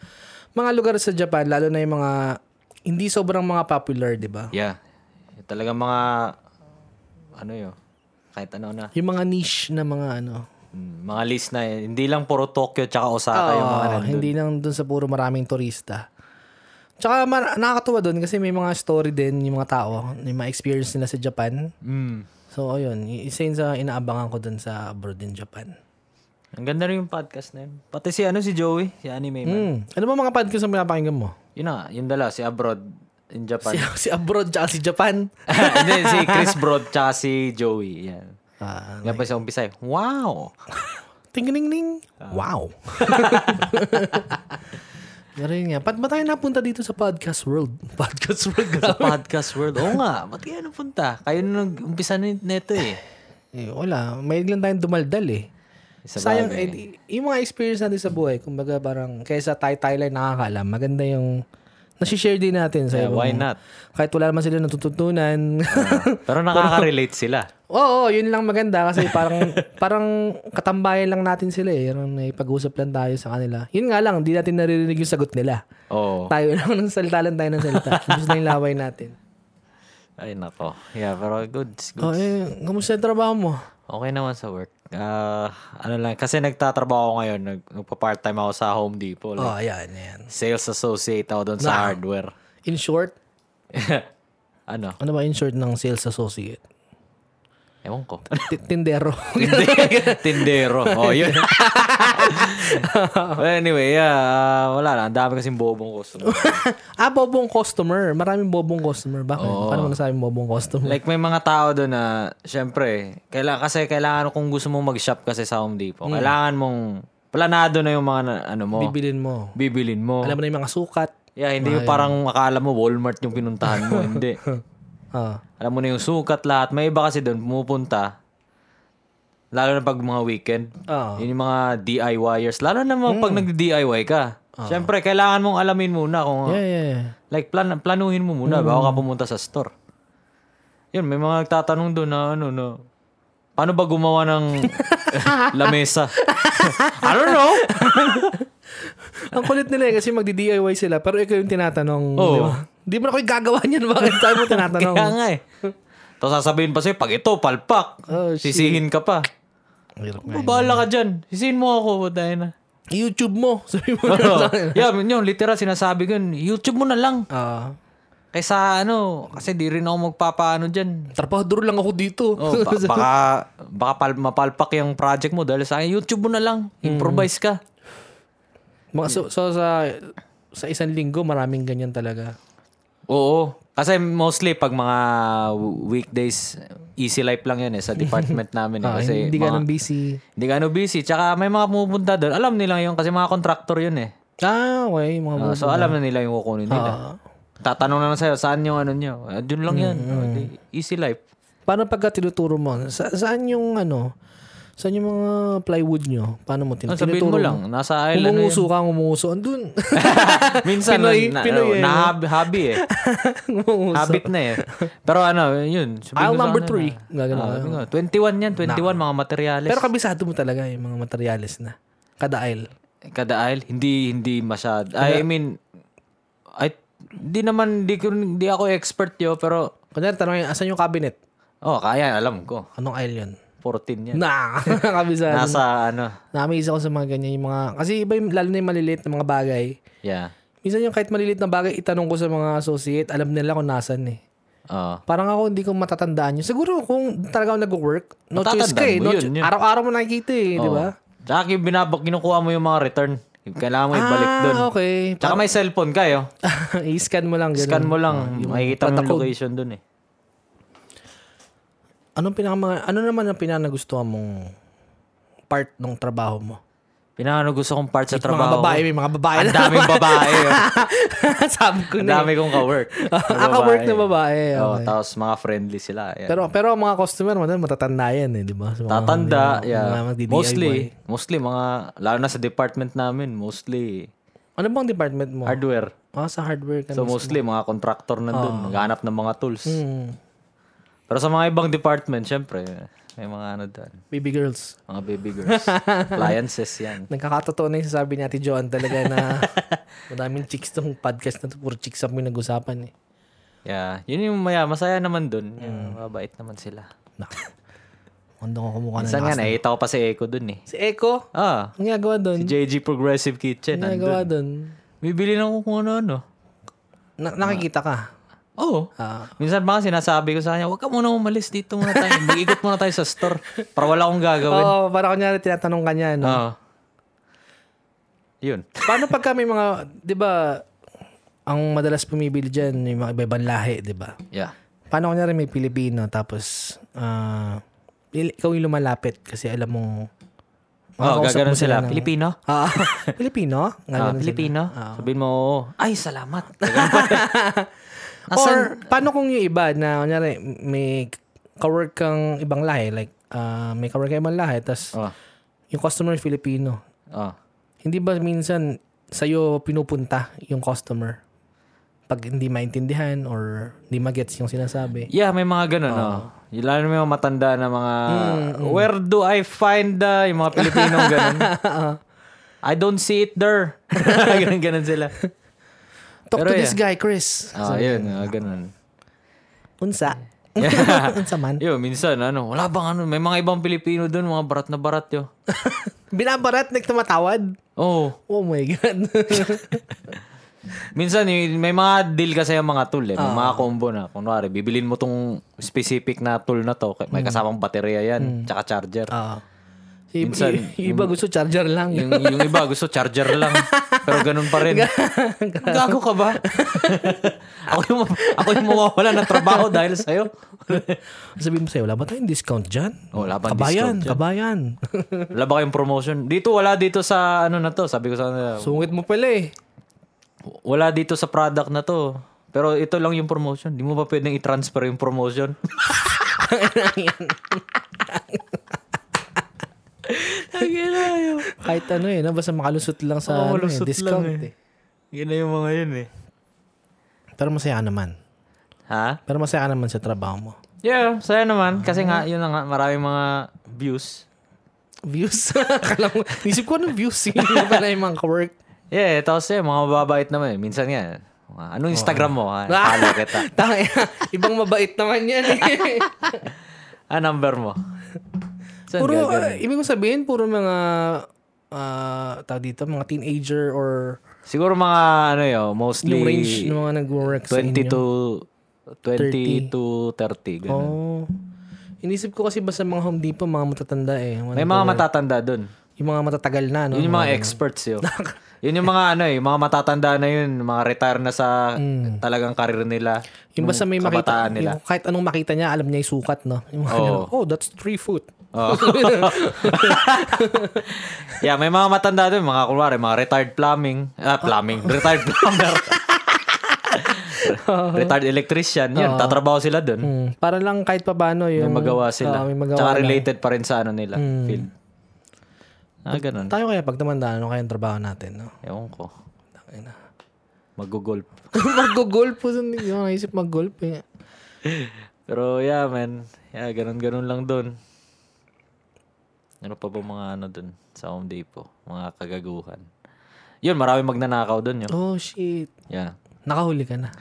Speaker 2: mga lugar sa Japan, lalo na yung mga hindi sobrang mga popular, di ba?
Speaker 1: Yeah. Talagang mga ano 'yo. Kahit ano na.
Speaker 2: Yung mga niche na mga ano.
Speaker 1: Mm, Mga list na eh. Hindi lang puro Tokyo tsaka Osaka Ah, yung mga
Speaker 2: Oo,
Speaker 1: nandun.
Speaker 2: hindi lang dun sa puro maraming turista. Tsaka mar- nakakatuwa dun kasi may mga story din yung mga tao, yung mga experience nila sa Japan.
Speaker 1: Mm.
Speaker 2: So, ayun, i- isa yun sa inaabangan ko dun sa abroad in Japan.
Speaker 1: Ang ganda rin yung podcast na yun. Pati si ano si Joey, si anime man.
Speaker 2: Hmm. Ano ba mga podcast na pinapakinggan mo?
Speaker 1: Yun na nga, yung dala, si Abroad in Japan.
Speaker 2: Si, si abroad tsaka si Japan.
Speaker 1: Hindi, si Chris Broad tsaka si Joey. Yan.
Speaker 2: Ah,
Speaker 1: Nga pa sa umpisa eh, wow!
Speaker 2: Ting-ning-ning.
Speaker 1: Ah.
Speaker 2: Wow. Pero yun nga. Ba't ba tayo napunta dito sa podcast world? Podcast world.
Speaker 1: sa podcast world. Oo nga, ba't kaya napunta? Kayo na nag-umpisa ni- neto eh.
Speaker 2: eh, wala. May lang tayong dumaldal eh.
Speaker 1: Sa
Speaker 2: Sayang,
Speaker 1: bagay.
Speaker 2: eh, di- yung mga experience natin sa buhay, kumbaga parang kaysa tayo tayo lang nakakaalam, maganda yung nasi-share din natin sa
Speaker 1: Yeah,
Speaker 2: ibang-
Speaker 1: Eh, why not? Ah.
Speaker 2: Kahit wala naman sila natututunan.
Speaker 1: Pero nakaka-relate sila.
Speaker 2: Oo, yun lang maganda kasi parang parang katambayan lang natin sila eh. Yung may pag-usap lang tayo sa kanila. Yun nga lang, hindi natin naririnig yung sagot nila.
Speaker 1: Oo.
Speaker 2: Tayo lang ng salita lang tayo ng salita. Tapos na yung laway natin.
Speaker 1: Ay, nako. Yeah, pero good. good.
Speaker 2: Oh, eh, kamusta yung trabaho mo?
Speaker 1: Okay naman sa work. Ah, ano lang, kasi nagtatrabaho ako ngayon. Nag, nagpa-part-time ako sa Home Depot. Like,
Speaker 2: Oh, ayan, ayan.
Speaker 1: Sales associate ako doon sa hardware.
Speaker 2: In short,
Speaker 1: ano?
Speaker 2: ano ba in short ng sales associate?
Speaker 1: Ewan ko.
Speaker 2: T- Tindero.
Speaker 1: Tindero. Oh, yun. Well, anyway, yeah, ah, wala lang. Ang dami kasing bobong customer.
Speaker 2: ah, bobong customer. Maraming bobong customer. Bakit? Paano mo nasabing bobong customer?
Speaker 1: like, may mga tao doon na, syempre, kaila, kasi kailangan kung gusto mong mag-shop kasi sa Home Depot, kailangan mong, planado na yung mga, na- ano mo,
Speaker 2: Oh. Bibilin mo.
Speaker 1: bibilin mo.
Speaker 2: oh. Alam mo na yung mga sukat.
Speaker 1: Yeah, hindi yung parang akala mo Walmart yung pinuntahan mo. hindi.
Speaker 2: Ah.
Speaker 1: Alam mo na yung sukat lahat. May iba kasi doon pumupunta. Lalo na pag mga weekend.
Speaker 2: Oo.
Speaker 1: Yun yung mga DIYers. Lalo na mga pag nag-DIY ka. Siyempre, kailangan mong alamin muna kung...
Speaker 2: Yeah, yeah, yeah.
Speaker 1: Like, plan, planuhin mo muna bago ka pumunta sa store. Yun, may mga nagtatanong doon na ano, no. Paano ba gumawa ng lamesa? I don't know.
Speaker 2: Ang kulit nila eh, kasi magdi-DIY sila, pero ikaw yung tinatanong. Di ba? Di mo na ako yung gagawa niyan, bakit tayo mo tinatanong?
Speaker 1: Kaya nga eh. Tapos sasabihin pa sa'yo, pag ito, palpak.
Speaker 2: Oh, shit.
Speaker 1: sisihin ka pa. Oh, bahala ka dyan. Sisihin mo ako, dahil na.
Speaker 2: YouTube mo, sabi mo.
Speaker 1: Oo. yeah, yun, literal sinasabi ko yun, YouTube mo na lang.
Speaker 2: Ah.
Speaker 1: Kaysa ano, kasi di rin ako magpapaano dyan.
Speaker 2: Trabahador lang ako dito.
Speaker 1: Oh, ba- baka baka pal- mapalpak yung project mo dahil sa akin, YouTube mo na lang. Improvise ka.
Speaker 2: Mga- so, so sa sa isang linggo, maraming ganyan talaga.
Speaker 1: Oo. Kasi mostly pag mga weekdays, easy life lang yun eh sa department namin. Eh,
Speaker 2: Ah,
Speaker 1: kasi
Speaker 2: hindi ka
Speaker 1: mga-
Speaker 2: nang busy.
Speaker 1: hindi ganun busy. Tsaka may mga pumupunta doon. Alam nila yun kasi mga contractor yun eh.
Speaker 2: Ah, okay. Mga Ah.
Speaker 1: Ah, so alam na nila yung kukunin nila. Tatanong na lang sa'yo, saan yung ano nyo? Ah, dun lang yan.
Speaker 2: Mm-hmm.
Speaker 1: Oh, di- easy life.
Speaker 2: Paano pagka tinuturo mo? Sa, saan yung ano? Saan yung mga plywood nyo? Paano mo tin-
Speaker 1: Ang Ah, sabihin mo
Speaker 2: Ano tinuturo
Speaker 1: lang, nasa island na yun.
Speaker 2: Umuuso ka, umuuso. Andun.
Speaker 1: Minsan,
Speaker 2: Pinoy-
Speaker 1: na,
Speaker 2: Pinoy
Speaker 1: ano,
Speaker 2: eh,
Speaker 1: na
Speaker 2: no?
Speaker 1: hab- hobby eh.
Speaker 2: umuuso.
Speaker 1: Habit na eh. Pero ano, yun. sabihin ko sa
Speaker 2: Aisle Ah, number
Speaker 1: kanila.
Speaker 2: three. Gagano
Speaker 1: Ah,
Speaker 2: ka.
Speaker 1: sabi ko, 21 yan, 21 mga materyales.
Speaker 2: Pero kabisado mo talaga yung mga materyales na. Kada aisle.
Speaker 1: Kada aisle, hindi, hindi masyad. I mean, I, di naman, di, ko- di ako expert yo, pero,
Speaker 2: Kunyari, tanongin, asan yung cabinet?
Speaker 1: oh, kaya, alam ko.
Speaker 2: Anong aisle yun?
Speaker 1: 14 yan.
Speaker 2: Na, kabisado. Nasa.
Speaker 1: Nasa, ano,
Speaker 2: Na-amaze ako sa mga ganyan. Yung mga, kasi iba yung, lalo na yung maliliit na mga bagay.
Speaker 1: yeah.
Speaker 2: Minsan yung kahit maliliit na bagay, itanong ko sa mga associate, alam nila kung nasan eh.
Speaker 1: Oo.
Speaker 2: Parang ako hindi ko matatandaan yun. Siguro kung talaga ako nag-work, no
Speaker 1: Matatandaan
Speaker 2: choice ka eh.
Speaker 1: mo
Speaker 2: No
Speaker 1: yun,
Speaker 2: cho-
Speaker 1: yun.
Speaker 2: Araw-araw mo nakikita eh, di ba?
Speaker 1: Tsaka yung binabak, kinukuha mo yung mga return. Kailangan mo ibalik doon.
Speaker 2: Ah, Ah, okay.
Speaker 1: Tsaka may cellphone kayo.
Speaker 2: I-scan mo lang. Ganun.
Speaker 1: Scan mo lang. makikita mo yung location doon eh.
Speaker 2: Anong pinaka mga, ano naman ang pinaka nagustuhan mong part ng trabaho mo?
Speaker 1: Pinaka ano gusto kong part sa
Speaker 2: Mga
Speaker 1: trabaho. ko.
Speaker 2: babae, may mga babae.
Speaker 1: Ang
Speaker 2: na-
Speaker 1: daming babae. oh.
Speaker 2: Sabi ko
Speaker 1: Ang
Speaker 2: na.
Speaker 1: dami kong ka-work.
Speaker 2: Ah, ka-work na babae.
Speaker 1: Oh,
Speaker 2: okay.
Speaker 1: tapos mga friendly sila. Yan.
Speaker 2: pero pero ang mga customer, madal matatanda yan eh, di ba? Sa mga-
Speaker 1: Tatanda,
Speaker 2: mga-
Speaker 1: yeah.
Speaker 2: mga magdi-DIY.
Speaker 1: Mostly, mostly mga, lalo na sa department namin, mostly
Speaker 2: Ano bang department mo?
Speaker 1: hardware.
Speaker 2: Ah, sa hardware ka.
Speaker 1: So
Speaker 2: na.
Speaker 1: mostly mga contractor nandun, naghanap ng mga tools.
Speaker 2: Ah. Hmm.
Speaker 1: Pero sa mga ibang department, syempre, may mga ano doon,
Speaker 2: Baby girls.
Speaker 1: mga baby girls. Appliances yan.
Speaker 2: Nagkakatotoo na yung sabi ni Ate Joan talaga na madaming chicks tong podcast na to. Puro chicks ang may nag-usapan eh.
Speaker 1: Yeah, yun yung maya, masaya naman
Speaker 2: Hmm.
Speaker 1: dun. Yeah, mabait naman sila.
Speaker 2: Nako. Mundo ko kumukha na.
Speaker 1: Minsan nga, nakita ko pa si Echo dun eh.
Speaker 2: Si Echo,
Speaker 1: Ah,
Speaker 2: ang ginagawa doon?
Speaker 1: si JG Progressive Kitchen.
Speaker 2: Ang
Speaker 1: nandun.
Speaker 2: ginagawa doon?
Speaker 1: Bibili na ako kung ano-ano.
Speaker 2: Na- nakikita ka.
Speaker 1: Oo.
Speaker 2: Ah.
Speaker 1: Minsan baka sinasabi ko sa kanya, huwag ka muna umalis dito muna tayo. Mag-ikot muna tayo sa store. Para wala akong
Speaker 2: Oo,
Speaker 1: gagawin.
Speaker 2: para kunyari tinatanong ka niya. No?
Speaker 1: Oo. Yun.
Speaker 2: Paano pagka may mga, di ba, ang madalas pumibili dyan, yung mga iba-ibang lahi, di ba?
Speaker 1: Yeah.
Speaker 2: Paano kunyari may Pilipino, tapos, ah, il- ikaw yung lumalapit kasi alam mo,
Speaker 1: Oo,
Speaker 2: makakausap
Speaker 1: gaganon
Speaker 2: mo
Speaker 1: sila.
Speaker 2: ng-
Speaker 1: Pilipino?
Speaker 2: Ah, Pilipino?
Speaker 1: Ah,
Speaker 2: Gaganon sila.
Speaker 1: Pilipino? Sabihin mo, oo. Ay, salamat. Ganun pa.
Speaker 2: Or,
Speaker 1: Nasaan?
Speaker 2: paano kung yung iba na, kunyari, may kawork kang ibang lahi, like, ah, may kawork kang ibang lahi, tapos,
Speaker 1: Oh.
Speaker 2: yung customer Filipino,
Speaker 1: Oh.
Speaker 2: hindi ba minsan sa'yo pinupunta yung customer? Pag hindi maintindihan or hindi magets yung sinasabi.
Speaker 1: Yeah, may mga ganun, oh. Yung Lalo na may mga matanda na mga,
Speaker 2: Mm,
Speaker 1: where do I find the, yung mga Pilipinong ganun. I don't see it there. Ganun-ganun sila.
Speaker 2: Talk
Speaker 1: Pero
Speaker 2: to this
Speaker 1: yeah.
Speaker 2: guy, Chris.
Speaker 1: Ah, yun, ah, ganun.
Speaker 2: Unsa. Unsa man.
Speaker 1: Yo, minsan ano, wala bang ano, may mga ibang Pilipino doon, mga barat na barat yo.
Speaker 2: Binabarat, nagtumatawad.
Speaker 1: Oh,
Speaker 2: Oh my God.
Speaker 1: minsan y- may mga deal kasi yung mga tool eh, may mga combo na. Kunwari, bibilin mo tong specific na tool na to, may kasamang baterya yan, tsaka charger.
Speaker 2: Ah. Si,
Speaker 1: Minsan,
Speaker 2: i- yung iba gusto charger lang.
Speaker 1: Yung, yung iba gusto charger lang, pero ganun pa rin. Gago ka ba? ako yung ako yung mawawala ng trabaho dahil sa
Speaker 2: Sabihin mo sa'yo, wala ba tayong discount dyan?
Speaker 1: Oh, wala bang discount
Speaker 2: kabayan,
Speaker 1: dyan?
Speaker 2: kabayan.
Speaker 1: Wala ba kayong promotion? Dito wala dito sa ano na to, sabi ko sa kanila.
Speaker 2: Sungit mo pala eh.
Speaker 1: wala dito sa product na to. Pero ito lang yung promotion. Di mo ba pwedeng i-transfer yung promotion?
Speaker 2: Kahit ano eh, no? basta makalusot lang sa ano, eh,
Speaker 1: Makalusot lang
Speaker 2: discount eh.
Speaker 1: eh. Yun na yung mga yun eh.
Speaker 2: Pero masaya ka naman.
Speaker 1: Ha?
Speaker 2: Pero masaya ka naman sa trabaho mo.
Speaker 1: Yeah, saya naman. Kasi nga, yun na nga, maraming mga views.
Speaker 2: Views. Akala mo, isip ko anong views yun. Hindi pa na yung mga work.
Speaker 1: Yeah, tapos eh, mga mababait naman eh. Minsan nga, mga, anong Instagram mo? Ha? Follow kita.
Speaker 2: Tangay, ibang mabait naman yan eh.
Speaker 1: Ah, number mo. Saan
Speaker 2: puro,
Speaker 1: gagawin?
Speaker 2: ah, ibig kong sabihin, puro mga, ah tawag dito, mga teenager or
Speaker 1: Siguro mga ano yun, mostly
Speaker 2: yung range ng mga nag-work
Speaker 1: 20
Speaker 2: sa inyo.
Speaker 1: to 20 to 30. Ganun.
Speaker 2: Oh. Inisip ko kasi basta mga Home Depot, mga matatanda eh. Mga
Speaker 1: May mga matatanda dun.
Speaker 2: Yung mga matatagal na, no?
Speaker 1: Yun yung mga experts yun. yun yung mga ano eh, mga matatanda na yun, mga retire na sa talagang karir nila.
Speaker 2: Yung Mm. basta may makita,
Speaker 1: kabataan nila.
Speaker 2: Yung kahit anong makita niya, alam niya yung sukat, no? Yung mga
Speaker 1: Oo.
Speaker 2: ganun, oh, that's three foot.
Speaker 1: yeah, may mga matanda dun, mga kunwari, mga retired plumbing, ah, plumbing, retired plumber. retired electrician, yan, tatrabaho sila dun.
Speaker 2: Mm. Para lang kahit paano yung...
Speaker 1: May magawa sila.
Speaker 2: Oo, may magawa Mm.
Speaker 1: Tsaka
Speaker 2: lang.
Speaker 1: related pa rin sa ano nila, field. Ah, ganun.
Speaker 2: Tayo kaya pag tumanda, ano kaya ang trabaho natin, no?
Speaker 1: Ewan ko. Magugolp.
Speaker 2: Mag-golf po. Hindi ko naisip mag-golf eh.
Speaker 1: Pero yeah, man. Yeah, ganun-ganun lang dun. Ano pa ba mga ano dun sa Home Depot? Mga kagaguhan. Yun, marami magnanakaw dun yun.
Speaker 2: Oh, shit.
Speaker 1: Yeah.
Speaker 2: Nakahuli ka na.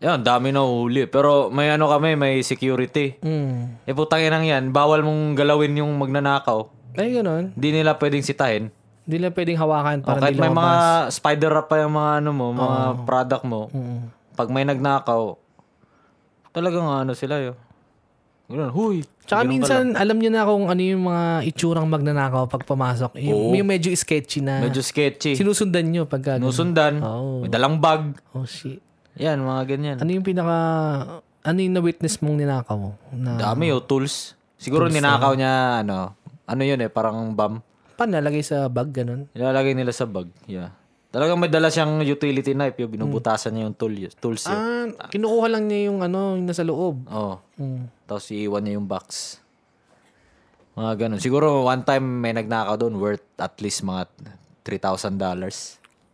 Speaker 1: Yan, dami na huli. Pero may ano kami, may security.
Speaker 2: Mm.
Speaker 1: Eh putang inang yan, bawal mong galawin yung magnanakaw.
Speaker 2: Ay, ganun.
Speaker 1: Hindi nila pwedeng sitahin.
Speaker 2: Hindi lang pwedeng hawakan
Speaker 1: O, Oh,
Speaker 2: para
Speaker 1: kahit
Speaker 2: hindi
Speaker 1: may
Speaker 2: lang
Speaker 1: mga spider wrap pa yung mga ano mo, mga product mo. Pag may nagnakaw, talagang ano sila yun. Ganun, huy.
Speaker 2: Tsaka minsan, alam niyo na kung ano yung mga itsurang magnanakaw pag pumasok. Yung, yung medyo sketchy na.
Speaker 1: Medyo sketchy.
Speaker 2: Sinusundan niyo pag gano'n.
Speaker 1: Nusundan.
Speaker 2: Oo.
Speaker 1: May dalang bag.
Speaker 2: oh, shit.
Speaker 1: Yan, mga ganyan.
Speaker 2: Ano yung pinaka... Ano yung na-witness mong ninakaw mo? Na,
Speaker 1: Dami yung tools. Siguro ninakaw
Speaker 2: oh.
Speaker 1: niya, ano, ano yun eh, parang bam.
Speaker 2: paano nalagay sa bag, ganun?
Speaker 1: Nilalagay nila sa bag. Yeah. Talagang may dala siyang utility knife. Yung binubutasan niya yung tool, tools yun.
Speaker 2: Ah, kinukuha lang niya yung ano, yung nasa loob.
Speaker 1: Oo.
Speaker 2: Mm.
Speaker 1: Tapos iiwan niya yung box. Mga ganun. Siguro one time may nagnakaw doon worth at least mga $3,000.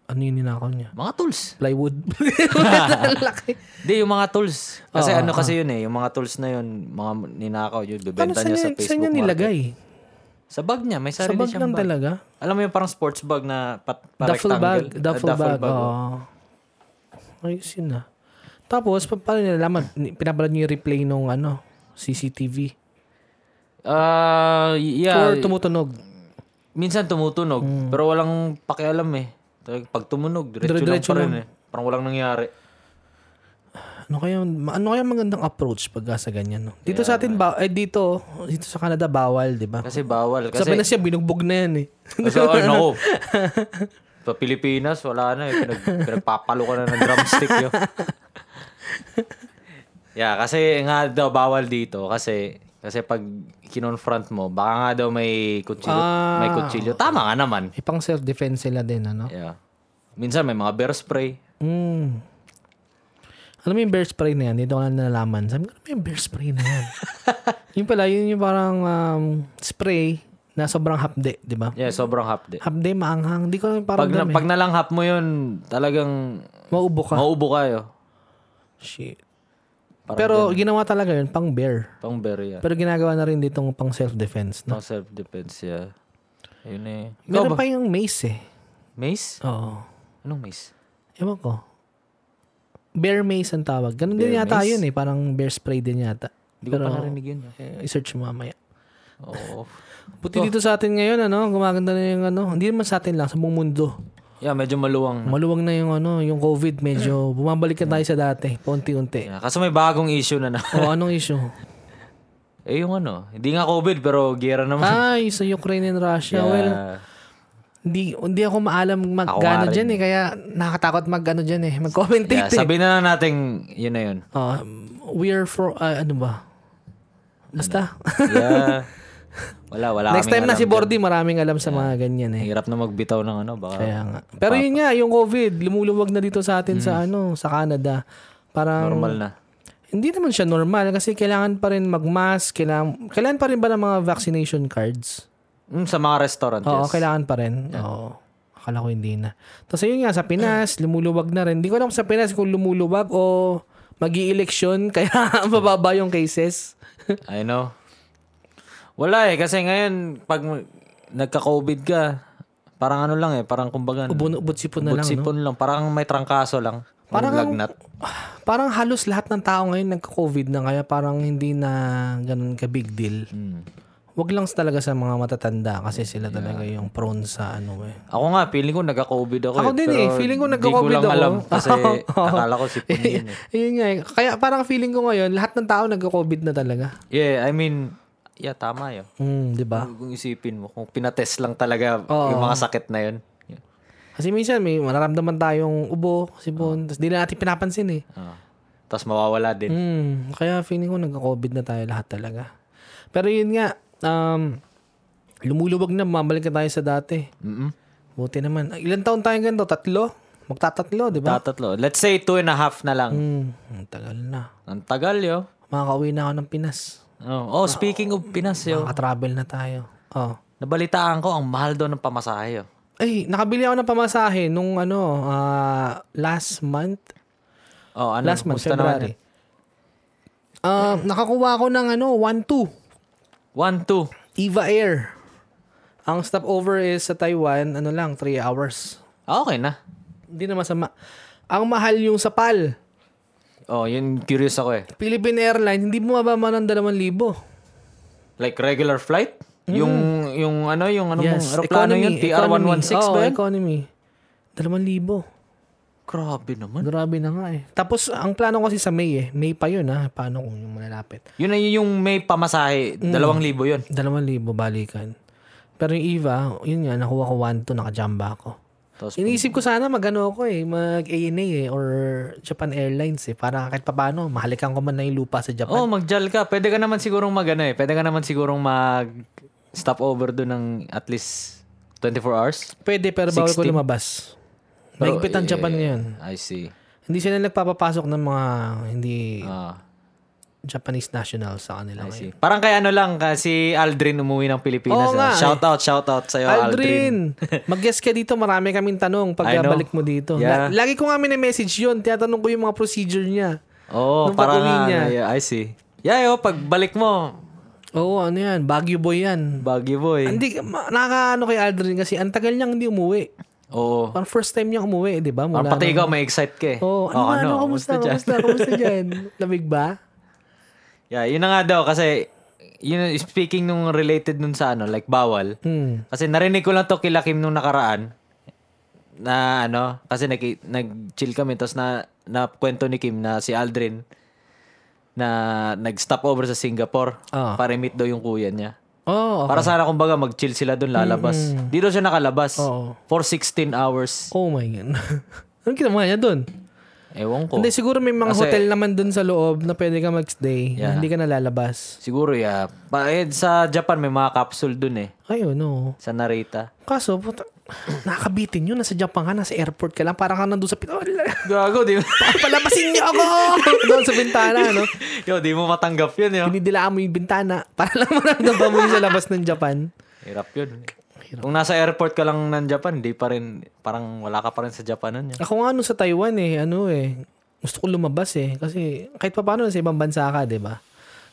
Speaker 2: Ano yung ninakaw niya?
Speaker 1: Mga tools.
Speaker 2: Plywood. Laki.
Speaker 1: Hindi, yung mga tools. Kasi
Speaker 2: Ah,
Speaker 1: ano kasi yun eh. Yung mga tools na yun, mga ninakaw yun,
Speaker 2: Ano
Speaker 1: bibenta
Speaker 2: sa
Speaker 1: niya sa
Speaker 2: niya,
Speaker 1: Facebook
Speaker 2: saan niya
Speaker 1: market.
Speaker 2: nilagay?
Speaker 1: Sa bag niya, may
Speaker 2: Sa
Speaker 1: sarili
Speaker 2: bag
Speaker 1: siyang
Speaker 2: lang
Speaker 1: bag.
Speaker 2: talaga?
Speaker 1: Alam mo yung parang sports bag na pat, pa
Speaker 2: Duffel bag.
Speaker 1: rectangle?
Speaker 2: Duffel,
Speaker 1: Ah,
Speaker 2: bag. Oo. Ayos yun na. Tapos, pa- paano nila naman? Pinapanood niyo yung replay nung ano, CCTV.
Speaker 1: Ah, yeah.
Speaker 2: Or tumutunog.
Speaker 1: minsan tumutunog,
Speaker 2: Hmm.
Speaker 1: pero walang pakialam eh. Talagang Pag tumunog, diretso lang
Speaker 2: Dire-diretso
Speaker 1: pa rin eh. Parang walang nangyari.
Speaker 2: Ano kaya, ano kaya magandang approach pag sa ganyan? No? Dito sa atin, ba, eh dito, dito sa Canada, bawal, di ba?
Speaker 1: Kasi bawal.
Speaker 2: Sa
Speaker 1: Kasi,
Speaker 2: Pinas yan, binugbog na yan eh.
Speaker 1: kasi oh, no. Sa Pilipinas, wala na eh. Pinag, pinagpapalo ka na ng drumstick yun. yeah, kasi nga daw bawal dito. Kasi, kasi pag kinonfront mo, baka nga daw may kutsilyo. May
Speaker 2: Ah.
Speaker 1: kutsilyo. Tama nga naman.
Speaker 2: Eh, pang self-defense sila din, ano?
Speaker 1: Yeah. Minsan may mga bear spray.
Speaker 2: Mm. Alam mo yung bear spray na yan, dito ko lang nalaman. Sabi ko, ano yung bear spray na yan? yun pala, yun yung parang um, spray na sobrang hapde, di ba?
Speaker 1: Yeah, sobrang hapde.
Speaker 2: Hapde, maanghang. Di ko alam, parang
Speaker 1: Pag, na,
Speaker 2: dami.
Speaker 1: pag nalanghap mo yun, talagang
Speaker 2: Mauubo ka.
Speaker 1: mauubo kayo.
Speaker 2: Shit.
Speaker 1: Parang
Speaker 2: Pero ginawa talaga yun, pang bear.
Speaker 1: Pang bear yan.
Speaker 2: Pero ginagawa na rin ditong pang self-defense.
Speaker 1: Pang
Speaker 2: No?
Speaker 1: self-defense, yeah. Yun eh.
Speaker 2: Meron pa yung mace eh.
Speaker 1: Mace?
Speaker 2: Oo.
Speaker 1: Anong mace?
Speaker 2: Ewan ko. Bear mace ang tawag. Ganun din
Speaker 1: Bear
Speaker 2: yata
Speaker 1: mace?
Speaker 2: yun eh. Parang bear spray din yata.
Speaker 1: Hindi ko pa narinig yun.
Speaker 2: Eh, I-search mo mamaya.
Speaker 1: Oo.
Speaker 2: Buti dito sa atin ngayon, ano, gumaganda na yung ano, hindi naman sa atin lang, sa buong mundo.
Speaker 1: Yeah, medyo maluwang.
Speaker 2: Maluwag na yung ano, yung COVID, medyo bumabalik na tayo sa dati, paunti-unti.
Speaker 1: Yeah, kaso may bagong issue na na.
Speaker 2: O anong issue?
Speaker 1: eh, yung ano. Hindi nga COVID, pero gera naman.
Speaker 2: Ay, sa Ukraine and Russia.
Speaker 1: Yeah.
Speaker 2: Well, hindi, hindi ako maalam
Speaker 1: Ako nga
Speaker 2: mag-gano
Speaker 1: rin.
Speaker 2: dyan eh, kaya nakakatakot mag-ano dyan eh,
Speaker 1: yeah,
Speaker 2: mag-commentate eh. Oh,
Speaker 1: sabi na lang natin, yun na yun.
Speaker 2: Um, we are for, ah, ano ba? Basta.
Speaker 1: Yeah. Wala, wala
Speaker 2: Next time
Speaker 1: kaming
Speaker 2: na si
Speaker 1: alam
Speaker 2: Bordy, maraming alam sa mga ganyan
Speaker 1: dyan.
Speaker 2: eh.
Speaker 1: Hirap na magbitaw ng ano, baka.
Speaker 2: Kaya nga. Pero yun nga, yung COVID, lumuluwag na dito sa atin sa ano, sa Canada. Parang
Speaker 1: Mm. Normal na.
Speaker 2: hindi naman siya normal kasi kailangan pa rin magmask, kailangan, kailangan pa rin ba ng mga vaccination cards?
Speaker 1: Mm, sa mga restaurant,
Speaker 2: Oo,
Speaker 1: yes.
Speaker 2: kailangan pa rin. Oo. Akala ko hindi na. Tapos yun nga, sa Pinas, lumuluwag na rin. Hindi ko alam sa Pinas kung lumuluwag o mag election kaya mababa yung cases.
Speaker 1: I know. Wala eh, kasi ngayon, pag m- nagka-COVID ka, parang ano lang eh, parang kumbaga,
Speaker 2: Ubot-sipon na lang, no?
Speaker 1: butsipon lang, parang may trangkaso lang. Parang
Speaker 2: Parang ang-
Speaker 1: lagnat.
Speaker 2: Ah, Parang halos lahat ng tao ngayon nagka-COVID na kaya parang hindi na ganun ka big deal.
Speaker 1: Mm.
Speaker 2: Wag lang talaga sa mga matatanda kasi sila talaga yung prone sa ano eh.
Speaker 1: Ako nga, feeling ko nagka-COVID ako.
Speaker 2: Ako din eh,
Speaker 1: pero
Speaker 2: feeling ko
Speaker 1: di
Speaker 2: nagka-COVID
Speaker 1: lang
Speaker 2: ako.
Speaker 1: alam kasi
Speaker 2: Oo.
Speaker 1: akala ko sipon yun eh.
Speaker 2: Ayun nga eh. Kaya parang feeling ko ngayon, lahat ng tao nagka-COVID na talaga.
Speaker 1: Yeah, I mean, yeah, tama yun.
Speaker 2: Hmm, di ba?
Speaker 1: Kung isipin mo, kung pinatest lang talaga yung mga sakit na yun. Yeah.
Speaker 2: Kasi minsan may mararamdaman tayong ubo, sipon, tapos di na natin pinapansin eh.
Speaker 1: Ah. Tapos mawawala din.
Speaker 2: Mm, kaya feeling ko nagka-COVID na tayo lahat talaga. Pero yun nga, um, lumulubog na, mamalik na tayo sa dati.
Speaker 1: Mm-mm.
Speaker 2: Buti naman. Ah, Ilan taon tayo ganito? Tatlo? Magtatatlo, di ba?
Speaker 1: Tatatlo. Let's say two and a half na lang.
Speaker 2: Mm, ang tagal na.
Speaker 1: Ang tagal yo.
Speaker 2: Makakauwi na ako ng Pinas.
Speaker 1: Oh, oh speaking of Pinas yo,
Speaker 2: Makatravel na tayo. Oh.
Speaker 1: nabalitaan ko ang mahal daw ng pamasahe oh. yo.
Speaker 2: Ay, nakabili ako ng pamasahe nung ano, ah, last month.
Speaker 1: Oh, ano?
Speaker 2: Last month,
Speaker 1: kumusta
Speaker 2: February. Ah, nakakuha ako ng ano, 1-2.
Speaker 1: eh. One, two.
Speaker 2: Eva Air. Ang stopover is sa Taiwan, ano lang, 3 hours.
Speaker 1: Ah, okay na.
Speaker 2: Hindi na masama. Ang mahal yung sa PAL.
Speaker 1: Oh, yun curious ako eh.
Speaker 2: Philippine Airlines, hindi mo mababa ng 2,000.
Speaker 1: Like regular flight? Yung yung ano, yung ano mong aeroplano yun,
Speaker 2: Mm. economy. Oh,
Speaker 1: TR116
Speaker 2: Oo,
Speaker 1: ba Oh, yun?
Speaker 2: economy. 2,000.
Speaker 1: Grabe naman.
Speaker 2: Grabe na nga eh. Tapos, ang plano kasi sa May eh. May pa yun ha. Paano kung yung malalapit?
Speaker 1: Yun ay yung may pamasahe,
Speaker 2: Mm.
Speaker 1: dalawang libo yun.
Speaker 2: 2,000 balikan. Pero yung Eva, yun nga, nakuha ko 1,2, nakajamba ako.
Speaker 1: Tapos,
Speaker 2: Iniisip ko sana magano ako eh, mag ANA eh, or Japan Airlines eh. Para kahit paano, mahalikan ko man na yung lupa sa Japan.
Speaker 1: oh, mag-jal ka. Pwede ka naman sigurong mag ano eh. Pwede ka naman sigurong mag stop over doon ng at least 24 hours.
Speaker 2: Pwede, pero bawal ko
Speaker 1: 16.
Speaker 2: lumabas.
Speaker 1: Pero,
Speaker 2: Mahigpit ang
Speaker 1: eh,
Speaker 2: Japan ngayon.
Speaker 1: I see.
Speaker 2: Hindi sila nagpapapasok ng mga hindi
Speaker 1: Ah,
Speaker 2: Japanese national sa
Speaker 1: I
Speaker 2: kanila ngayon.
Speaker 1: see. Parang kay ano lang, kasi Aldrin umuwi ng Pilipinas.
Speaker 2: Oo
Speaker 1: ah.
Speaker 2: nga eh.
Speaker 1: shout out, shout out sa'yo, Aldrin.
Speaker 2: Aldrin, mag-guess ka dito. Marami kaming tanong
Speaker 1: I know.
Speaker 2: pagbalik mo dito.
Speaker 1: Yeah.
Speaker 2: La- Lagi ko nga message yun. Tinatanong ko yung mga procedure niya.
Speaker 1: Oo, oh,
Speaker 2: Nung
Speaker 1: parang
Speaker 2: pag-uwi
Speaker 1: nga,
Speaker 2: niya.
Speaker 1: yeah, I see. Yeah, yo, pagbalik mo,
Speaker 2: Oo, ano yan? Baguio boy yan.
Speaker 1: baggy boy.
Speaker 2: Hindi, ma- nakakaano kay Aldrin kasi ang tagal niyang hindi umuwi.
Speaker 1: Oo.
Speaker 2: Parang first time niyang umuwi, di ba?
Speaker 1: Parang
Speaker 2: Mula
Speaker 1: pati
Speaker 2: nung-
Speaker 1: ikaw, may excite ka eh.
Speaker 2: Oo, ano,
Speaker 1: Oo,
Speaker 2: ano, kumusta,
Speaker 1: dyan?
Speaker 2: kumusta, kumusta dyan? Lamig ba?
Speaker 1: Yeah, yun na nga daw kasi yun speaking nung related nun sa ano, like bawal.
Speaker 2: Hmm.
Speaker 1: Kasi narinig ko lang to kila Kim nung nakaraan na ano, kasi nag- nag-chill kami tapos na nakwento ni Kim na si Aldrin na nag-stop over sa Singapore
Speaker 2: Ah.
Speaker 1: para meet daw yung kuya niya.
Speaker 2: Oo.
Speaker 1: Para sana kumbaga mag-chill sila doon lalabas. Di daw siya nakalabas
Speaker 2: Oo.
Speaker 1: for 16 hours.
Speaker 2: Oh my God. Anong ginawa niya doon?
Speaker 1: Ewan ko.
Speaker 2: Hindi, siguro may
Speaker 1: Oh.
Speaker 2: mga
Speaker 1: Kasi-
Speaker 2: hotel naman doon sa loob na pwede ka magstay.
Speaker 1: Yeah.
Speaker 2: Na hindi ka nalalabas.
Speaker 1: Siguro yeah. Pa, eh, sa Japan may mga capsule doon eh
Speaker 2: Ayun, no.
Speaker 1: sa Narita.
Speaker 2: Kaso, puta, nakabitin yun. Nasa Japan ka, nasa airport ka lang. Parang ka nandun sa pit. Oh, la-
Speaker 1: Gago, di
Speaker 2: palabasin niyo ako! doon sa bintana, no?
Speaker 1: Yo, di mo matanggap yun, yo.
Speaker 2: Dinidilaan mo yung bintana para lang maramdaman mo yung sa labas ng Japan.
Speaker 1: Hirap yun. Kung nasa airport ka lang ng Japan, di pa rin, parang wala ka pa rin sa Japan nun, yo.
Speaker 2: Ako nga nung sa Taiwan eh, ano eh, gusto ko lumabas eh. Kasi kahit pa paano sa ibang bansa ka, di ba?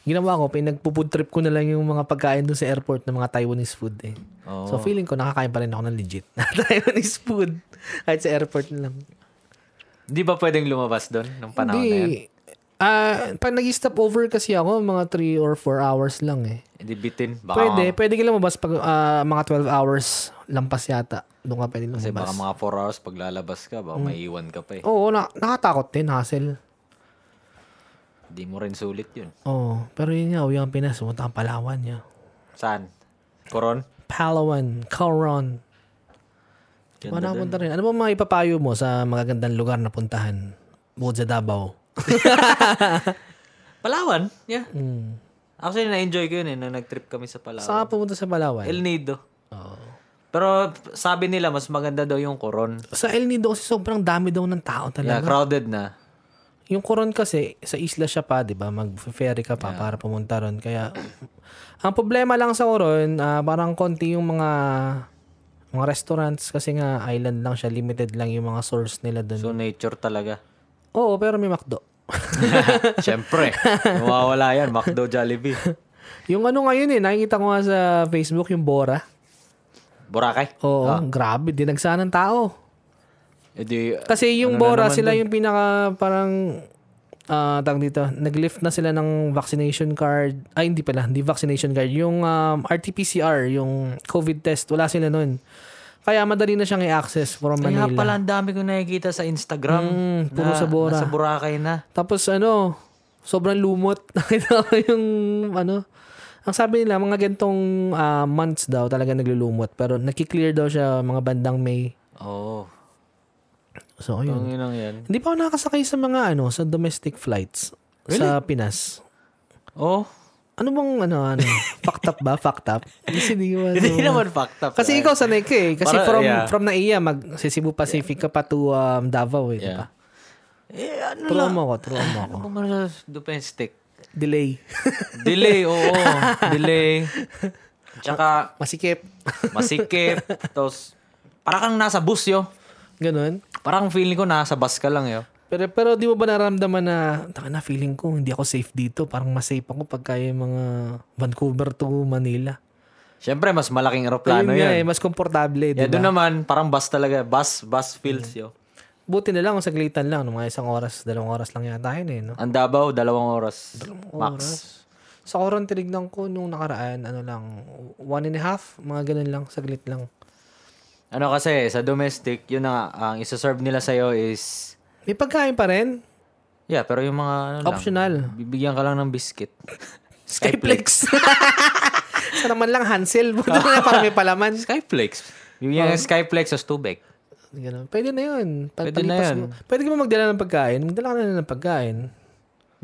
Speaker 2: Ginawa ko, pinagpo-food trip ko na lang yung mga pagkain doon sa airport ng mga Taiwanese food eh.
Speaker 1: Oo.
Speaker 2: So feeling ko nakakain pa rin ako ng legit na Taiwanese food kahit sa airport na lang.
Speaker 1: Di ba pwedeng lumabas doon nung panahon na yan?
Speaker 2: Hindi. Ah, pag nag-stop over kasi ako, mga 3 or 4 hours lang eh.
Speaker 1: Hindi bitin. Baka
Speaker 2: Pwede,
Speaker 1: Mga,
Speaker 2: pwede ka lumabas pag ah, mga 12 hours lampas yata. Doon ka pwede Mm. lumabas.
Speaker 1: kasi baka mga 4 hours pag lalabas ka, baka maiiwan ka pa eh.
Speaker 2: Oo, na- nakatakot din, hassle.
Speaker 1: Di mo rin sulit yun.
Speaker 2: Oo, pero yun nga, uwi ang Pinas, pumunta ang Palawan niya.
Speaker 1: Saan? Coron?
Speaker 2: Palawan, Coron.
Speaker 1: Ganda
Speaker 2: Wala
Speaker 1: dun.
Speaker 2: punta rin. Ano ba mga ipapayo mo sa magagandang lugar na puntahan? Bukod sa Davao.
Speaker 1: Palawan? Yeah. Actually, na-enjoy ko yun eh, nung nag-trip kami sa Palawan.
Speaker 2: Saan ka pumunta Mm. sa Oh. Palawan?
Speaker 1: Ah. El Nido. Pero sabi nila, mas maganda daw yung Coron.
Speaker 2: sa El Nido kasi sobrang dami daw ng tao
Speaker 1: Yeah,
Speaker 2: talaga.
Speaker 1: crowded na.
Speaker 2: Yung Coron kasi, sa isla siya pa, di ba? Mag-ferry ka pa para pumunta ron. Kaya, ang problema lang sa Coron, ah, parang konti yung mga mga restaurants kasi nga island lang siya. Limited lang yung mga source nila doon.
Speaker 1: So, nature talaga.
Speaker 2: Oo, pero may McDo.
Speaker 1: Siyempre. Nawawala yan. McDo, Jollibee.
Speaker 2: yung ano ngayon eh, nakikita ko nga sa Facebook yung Bora.
Speaker 1: Boracay.
Speaker 2: Oo, grabe. Dinagsa ng tao.
Speaker 1: E di,
Speaker 2: Kasi
Speaker 1: Ano
Speaker 2: yung
Speaker 1: na
Speaker 2: Bora,
Speaker 1: naman
Speaker 2: sila yung pinaka parang ah tag dito, nag-lift na sila ng vaccination card. Ay, hindi pala, hindi vaccination card. Yung um, RT-PCR, yung COVID test, wala sila nun. Kaya madali na siyang i-access from
Speaker 1: kaya
Speaker 2: Manila.
Speaker 1: pala ang dami kong nakikita sa Instagram.
Speaker 2: Mm, puro
Speaker 1: na
Speaker 2: sa Bora.
Speaker 1: Nasa Boracay na.
Speaker 2: Tapos ano, sobrang lumot. Nakita ko yung ano. Ang sabi nila, mga gantong ah, months daw talaga naglulumot. Pero nakiklear daw siya mga bandang May.
Speaker 1: Oo. Oh,
Speaker 2: So, ayun.
Speaker 1: Panginang yan.
Speaker 2: Hindi pa ako nakasakay sa mga ano, sa domestic flights sa Pinas.
Speaker 1: Oh.
Speaker 2: Ano bang ano ano? fucked up ba? Fucked up? Kasi hindi ko ano.
Speaker 1: Hindi naman fucked up.
Speaker 2: Kasi ikaw sanay ka eh. Kasi
Speaker 1: Para-
Speaker 2: from
Speaker 1: yeah.
Speaker 2: from Naiya mag si Cebu Pacific ka pa to um, Davao eh.
Speaker 1: Yeah.
Speaker 2: Yeah.
Speaker 1: Eh, ano
Speaker 2: Diba?
Speaker 1: lang.
Speaker 2: Trauma ko, trauma ko.
Speaker 1: Ano ba sa domestic?
Speaker 2: Delay.
Speaker 1: Delay, oo. Delay. Tsaka,
Speaker 2: Masikip.
Speaker 1: masikip. Tapos, parang kang nasa bus yo.
Speaker 2: Ganun.
Speaker 1: Parang feeling ko nasa bus ka lang yo.
Speaker 2: Pero pero di mo ba naramdaman na taka na feeling ko hindi ako safe dito. Parang mas safe ako pagka yung mga Vancouver to Manila.
Speaker 1: Siyempre, mas malaking
Speaker 2: Ayun
Speaker 1: eroplano
Speaker 2: nga eh, diba?
Speaker 1: yun.
Speaker 2: mas komportable,
Speaker 1: Yeah,
Speaker 2: di
Speaker 1: doon
Speaker 2: ba?
Speaker 1: naman, parang bus talaga. Bus, bus feels
Speaker 2: Mm.
Speaker 1: yo.
Speaker 2: Buti na lang, saglitan lang. no, Mga isang oras, dalawang oras lang yata yun eh. No?
Speaker 1: Ang Davao, dalawang oras. Max.
Speaker 2: Sa Coron, tinignan ko nung nakaraan, ano lang, one and a half, mga ganun lang, saglit lang.
Speaker 1: Ano kasi, sa domestic, yun na nga, ang isa-serve nila sa'yo is,
Speaker 2: May pagkain pa rin.
Speaker 1: yeah, pero yung mga, ano lang,
Speaker 2: Optional.
Speaker 1: bibigyan ka lang ng biscuit.
Speaker 2: Skyplex. Sa naman lang, Hansel. Buto na parang may palaman.
Speaker 1: Skyflex. Bibigyan ka ng Skyflex sa tubig.
Speaker 2: Ganun. Pwede na yun. Pa-
Speaker 1: Pwede na
Speaker 2: palipas
Speaker 1: yun.
Speaker 2: mo. Pwede ka ba magdala ng pagkain? Magdala ka na lang ng pagkain.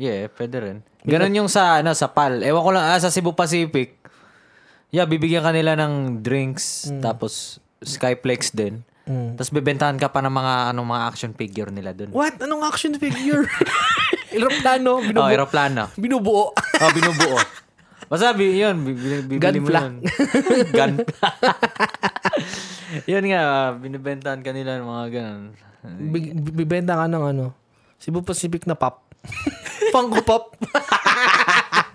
Speaker 1: Yeah, pwede rin. Ganun yung sa, ano, sa PAL. Ewan ko lang, ah, sa Cebu Pacific, yeah, bibigyan ka nila ng drinks, tapos Skyflex din. Tapos bibentahan ka pa ng mga, ano, mga action figure nila dun.
Speaker 2: What? Anong action figure? Aeroplano. Binubu-
Speaker 1: Oh, aeroplano.
Speaker 2: binubuo.
Speaker 1: Oh, binubuo. Basta bi- yun, bibili, bibili mo
Speaker 2: Gunpla.
Speaker 1: yun. Gunpla. yun nga, binibentahan kanila ng mga ganun.
Speaker 2: Big- Bibenta ka ng ano, Cebu Pacific na pop. Funko pop.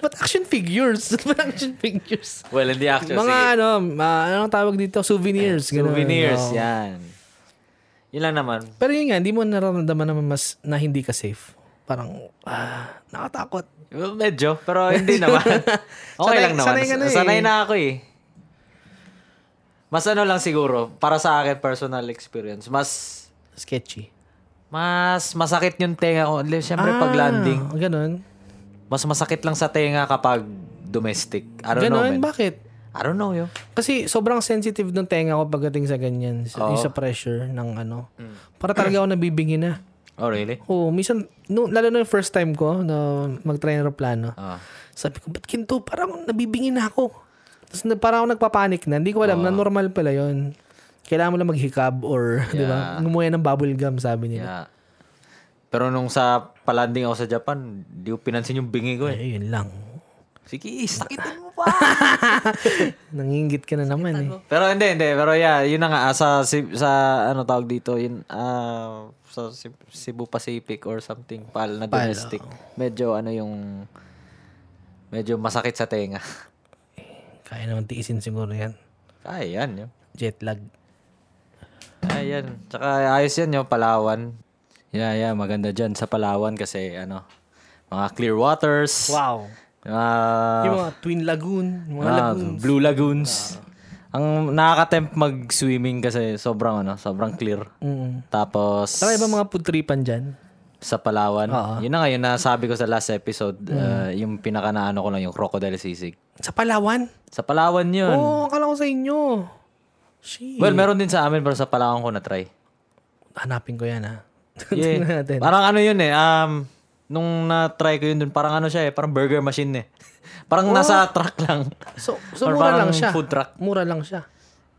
Speaker 2: But action figures. But action figures.
Speaker 1: Well, hindi actually.
Speaker 2: Mga ano, uh, anong tawag dito? Souvenirs.
Speaker 1: sige.
Speaker 2: ganun.
Speaker 1: Souvenirs,
Speaker 2: Oo.
Speaker 1: yan. Yun lang naman.
Speaker 2: Pero yun nga, hindi mo nararamdaman naman mas na hindi ka safe. Parang, ah, nakatakot.
Speaker 1: Well, medyo, pero hindi naman. Okay
Speaker 2: Sanay-
Speaker 1: lang naman.
Speaker 2: sanay
Speaker 1: Sanay,
Speaker 2: ka na eh.
Speaker 1: na ako eh. Mas ano lang siguro, para sa akin personal experience, mas
Speaker 2: Sketchy.
Speaker 1: mas masakit yung tenga ko. Siyempre pag
Speaker 2: Ah,
Speaker 1: landing,
Speaker 2: Ganun.
Speaker 1: mas masakit lang sa tenga kapag domestic. I don't know,
Speaker 2: Ganun,
Speaker 1: man.
Speaker 2: bakit?
Speaker 1: I don't know, yo.
Speaker 2: Kasi sobrang sensitive ng tenga ko pagdating sa ganyan. Sa, yung sa pressure ng ano.
Speaker 1: Mm.
Speaker 2: Para talaga ako nabibingi na.
Speaker 1: Oh, really?
Speaker 2: Oo, minsan, no, lalo na yung first time ko na mag-try ng aeroplano.
Speaker 1: Ah.
Speaker 2: Sabi ko, ba't kinto? Parang nabibingin na ako. Tapos na, parang ako nagpapanik na. Hindi ko alam
Speaker 1: Ah.
Speaker 2: na normal pala yon Kailangan mo lang maghikab or, di ba? Ngumuya ng bubble gum, sabi
Speaker 1: Yeah.
Speaker 2: nila.
Speaker 1: Pero nung sa palanding ako sa Japan, di ko pinansin yung bingi ko eh.
Speaker 2: Eh, yun lang.
Speaker 1: Sige, sakitin mo pa.
Speaker 2: Nangingit ka na naman eh.
Speaker 1: Pero hindi, hindi. Pero yeah, yun na nga. ah, Sa, Ci- sa ano tawag dito, yun, ah, sa Ci- Cebu Pacific or something, pal na domestic. Medyo ano yung, medyo masakit sa tenga.
Speaker 2: Kaya naman tiisin siguro yan.
Speaker 1: Kaya yan, yun.
Speaker 2: Jet lag.
Speaker 1: Ayan. Ah, Tsaka ayos yan yung Palawan. Yeah, yeah. Maganda dyan sa Palawan kasi ano, mga clear waters.
Speaker 2: Wow.
Speaker 1: mga-
Speaker 2: yung mga Twin Lagoon, yung mga
Speaker 1: ah,
Speaker 2: lagoons.
Speaker 1: Blue lagoons. Ang nakaka-tempt mag-swimming kasi sobrang ano, sobrang clear.
Speaker 2: Mm.
Speaker 1: Tapos
Speaker 2: Saka iba mga putripan dyan.
Speaker 1: sa Palawan.
Speaker 2: Oo.
Speaker 1: Yun na nga yun na sabi ko sa last episode, ah, yung pinaka na ano ko lang yung crocodile sisig.
Speaker 2: Sa Palawan?
Speaker 1: Sa Palawan yun.
Speaker 2: Oo, oh, akala ko sa inyo. Shit.
Speaker 1: Well, meron din sa amin pero sa Palawan ko na try.
Speaker 2: Hanapin ko yan ha.
Speaker 1: Yeah.
Speaker 2: Tingnan natin.
Speaker 1: Parang ano yun eh, um, nung na-try ko yun dun, parang ano siya eh, parang burger machine eh. parang nasa truck lang.
Speaker 2: So, so
Speaker 1: Or
Speaker 2: mura
Speaker 1: parang
Speaker 2: lang siya.
Speaker 1: food truck.
Speaker 2: Mura lang siya.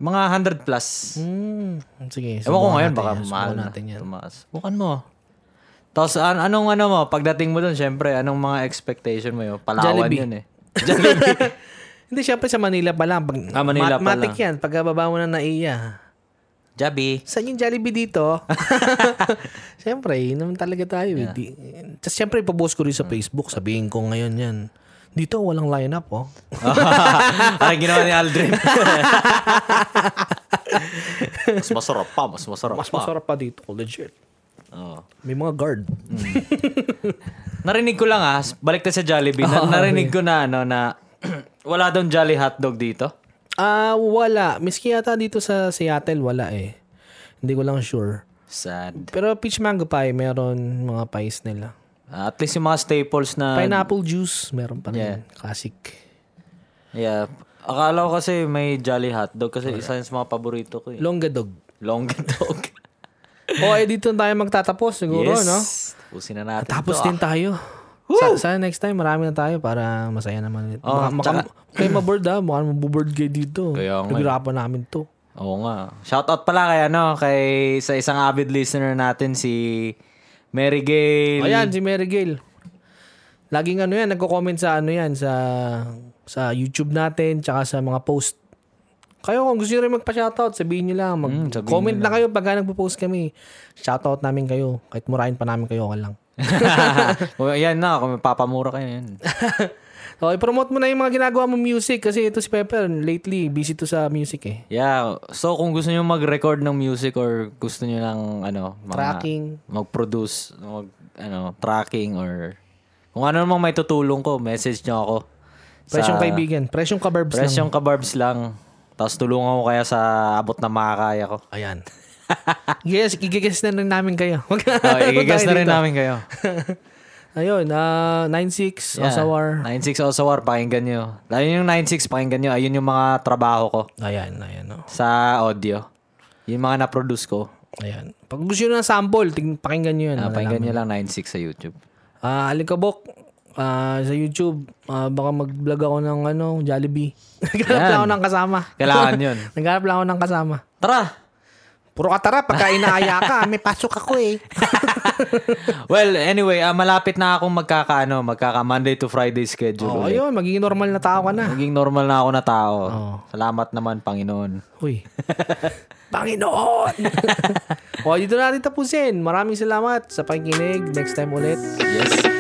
Speaker 1: Mga 100 plus.
Speaker 2: Mm. Sige.
Speaker 1: Ewan ko
Speaker 2: subukan
Speaker 1: ngayon,
Speaker 2: natin
Speaker 1: baka
Speaker 2: yan. Subukan
Speaker 1: mahal
Speaker 2: natin yan.
Speaker 1: Tumaas. Bukan mo. Tapos an- anong ano mo, pagdating mo dun, syempre, anong mga expectation mo yun? Palawan
Speaker 2: Jollibee.
Speaker 1: yun eh. Jollibee.
Speaker 2: Hindi, syempre sa Manila pa lang. Pag,
Speaker 1: Ah, Manila pa lang.
Speaker 2: matik yan. Pagkababa mo na ah. na iya.
Speaker 1: Jabi.
Speaker 2: Saan yung Jollibee dito? Siyempre, yun naman talaga tayo. eh. Di, Tapos siyempre, ipapost ko rin sa Facebook. Sabihin ko ngayon yan. Dito, walang lineup, oh.
Speaker 1: Parang ginawa ni Aldrin. mas masarap pa, mas masarap
Speaker 2: Mas
Speaker 1: pa.
Speaker 2: masarap pa dito. Legit.
Speaker 1: Oo.
Speaker 2: May mga guard.
Speaker 1: Narinig ko lang ah, s- balik tayo sa Jollibee. Na- narinig ko na ano na wala daw Jolly hotdog dito.
Speaker 2: Ah, wala. Miski yata dito sa Seattle, wala eh. Hindi ko lang sure.
Speaker 1: Sad.
Speaker 2: Pero peach mango pie, meron mga pies nila.
Speaker 1: Ah, at least yung mga staples na
Speaker 2: Pineapple juice, meron pa rin. Classic.
Speaker 1: Yeah. Akala ko kasi may Jolly hotdog kasi isa yun sa mga paborito ko eh.
Speaker 2: Longa dog.
Speaker 1: Long dog.
Speaker 2: o, eh, dito tayo magtatapos siguro,
Speaker 1: yes.
Speaker 2: no?
Speaker 1: Tapusin na natin.
Speaker 2: Ano? Tapos
Speaker 1: to,
Speaker 2: din tayo. Sa, sana next time, marami na tayo para masaya naman. ulit.
Speaker 1: Oh,
Speaker 2: Baka, maka,
Speaker 1: tsaka-
Speaker 2: kayo maboard ha. Baka maboboard kayo dito.
Speaker 1: Kaya nga. eh.
Speaker 2: Pinaghirapan namin to.
Speaker 1: ah. Oo nga. Shoutout pala kay ano, kay sa isang avid listener natin si Mary Gail.
Speaker 2: Ayan, si Mary Gail. Laging ano yan, nagko-comment sa ano yan, sa sa YouTube natin, tsaka sa mga post. Kayo, kung gusto nyo rin magpa-shoutout, sabihin nyo lang. Mag-
Speaker 1: Hmm,
Speaker 2: comment lang kayo pagka nagpo-post kami. Shoutout namin kayo. Kahit murahin pa namin kayo, okay lang.
Speaker 1: Kung yan na, kung papamura kayo yun.
Speaker 2: So, i-promote mo na yung mga ginagawa mo music kasi ito si Pepper, lately, busy to sa music eh.
Speaker 1: Yeah, so kung gusto niyo mag-record ng music or gusto niyo ng ano, mga,
Speaker 2: Tracking.
Speaker 1: mag-produce, mag, ano, tracking or kung ano namang may tutulong ko, message niyo ako.
Speaker 2: Presyong
Speaker 1: Sa-
Speaker 2: kaibigan. Presyong kabarbs lang.
Speaker 1: Presyong kabarbs lang. Tapos tulungan ko kaya sa abot na makakaya ko.
Speaker 2: Ayan. yes, igigess na rin namin kayo. Wag-
Speaker 1: Oh, i-guess
Speaker 2: tayo
Speaker 1: na rin
Speaker 2: dito.
Speaker 1: namin kayo.
Speaker 2: Ayun, ah, 9-6,
Speaker 1: Yeah.
Speaker 2: Osawar.
Speaker 1: 96 Osawar, pakinggan nyo. Ayun yung 96, pakinggan nyo. Ayun yung mga trabaho ko
Speaker 2: Ayan, ayan. Oh.
Speaker 1: sa audio. Yung mga na-produce ko.
Speaker 2: Ayan. Pag gusto nyo ng sample, ting, pakinggan nyo yun.
Speaker 1: Ah,
Speaker 2: Malalaman.
Speaker 1: pakinggan nyo lang 96 sa YouTube.
Speaker 2: Ah, Alikabok, ah, sa YouTube, ah, baka mag-vlog ako ng ano, Jollibee. Naghanap lang ako ng kasama.
Speaker 1: Kailangan yun.
Speaker 2: Naghanap lang ako ng kasama.
Speaker 1: Tara!
Speaker 2: Puro ka tara, pagka inaaya ka, may pasok ako eh.
Speaker 1: Well, anyway, ah, malapit na akong magkakaano, magkaka Monday to Friday schedule.
Speaker 2: Oh,
Speaker 1: ulit.
Speaker 2: ayun, magiging normal na tao ka na.
Speaker 1: Naging normal na ako na tao.
Speaker 2: Oo.
Speaker 1: Salamat naman, Panginoon.
Speaker 2: Uy. Panginoon! o, dito natin tapusin. Maraming salamat sa pakikinig. Next time ulit.
Speaker 1: Yes.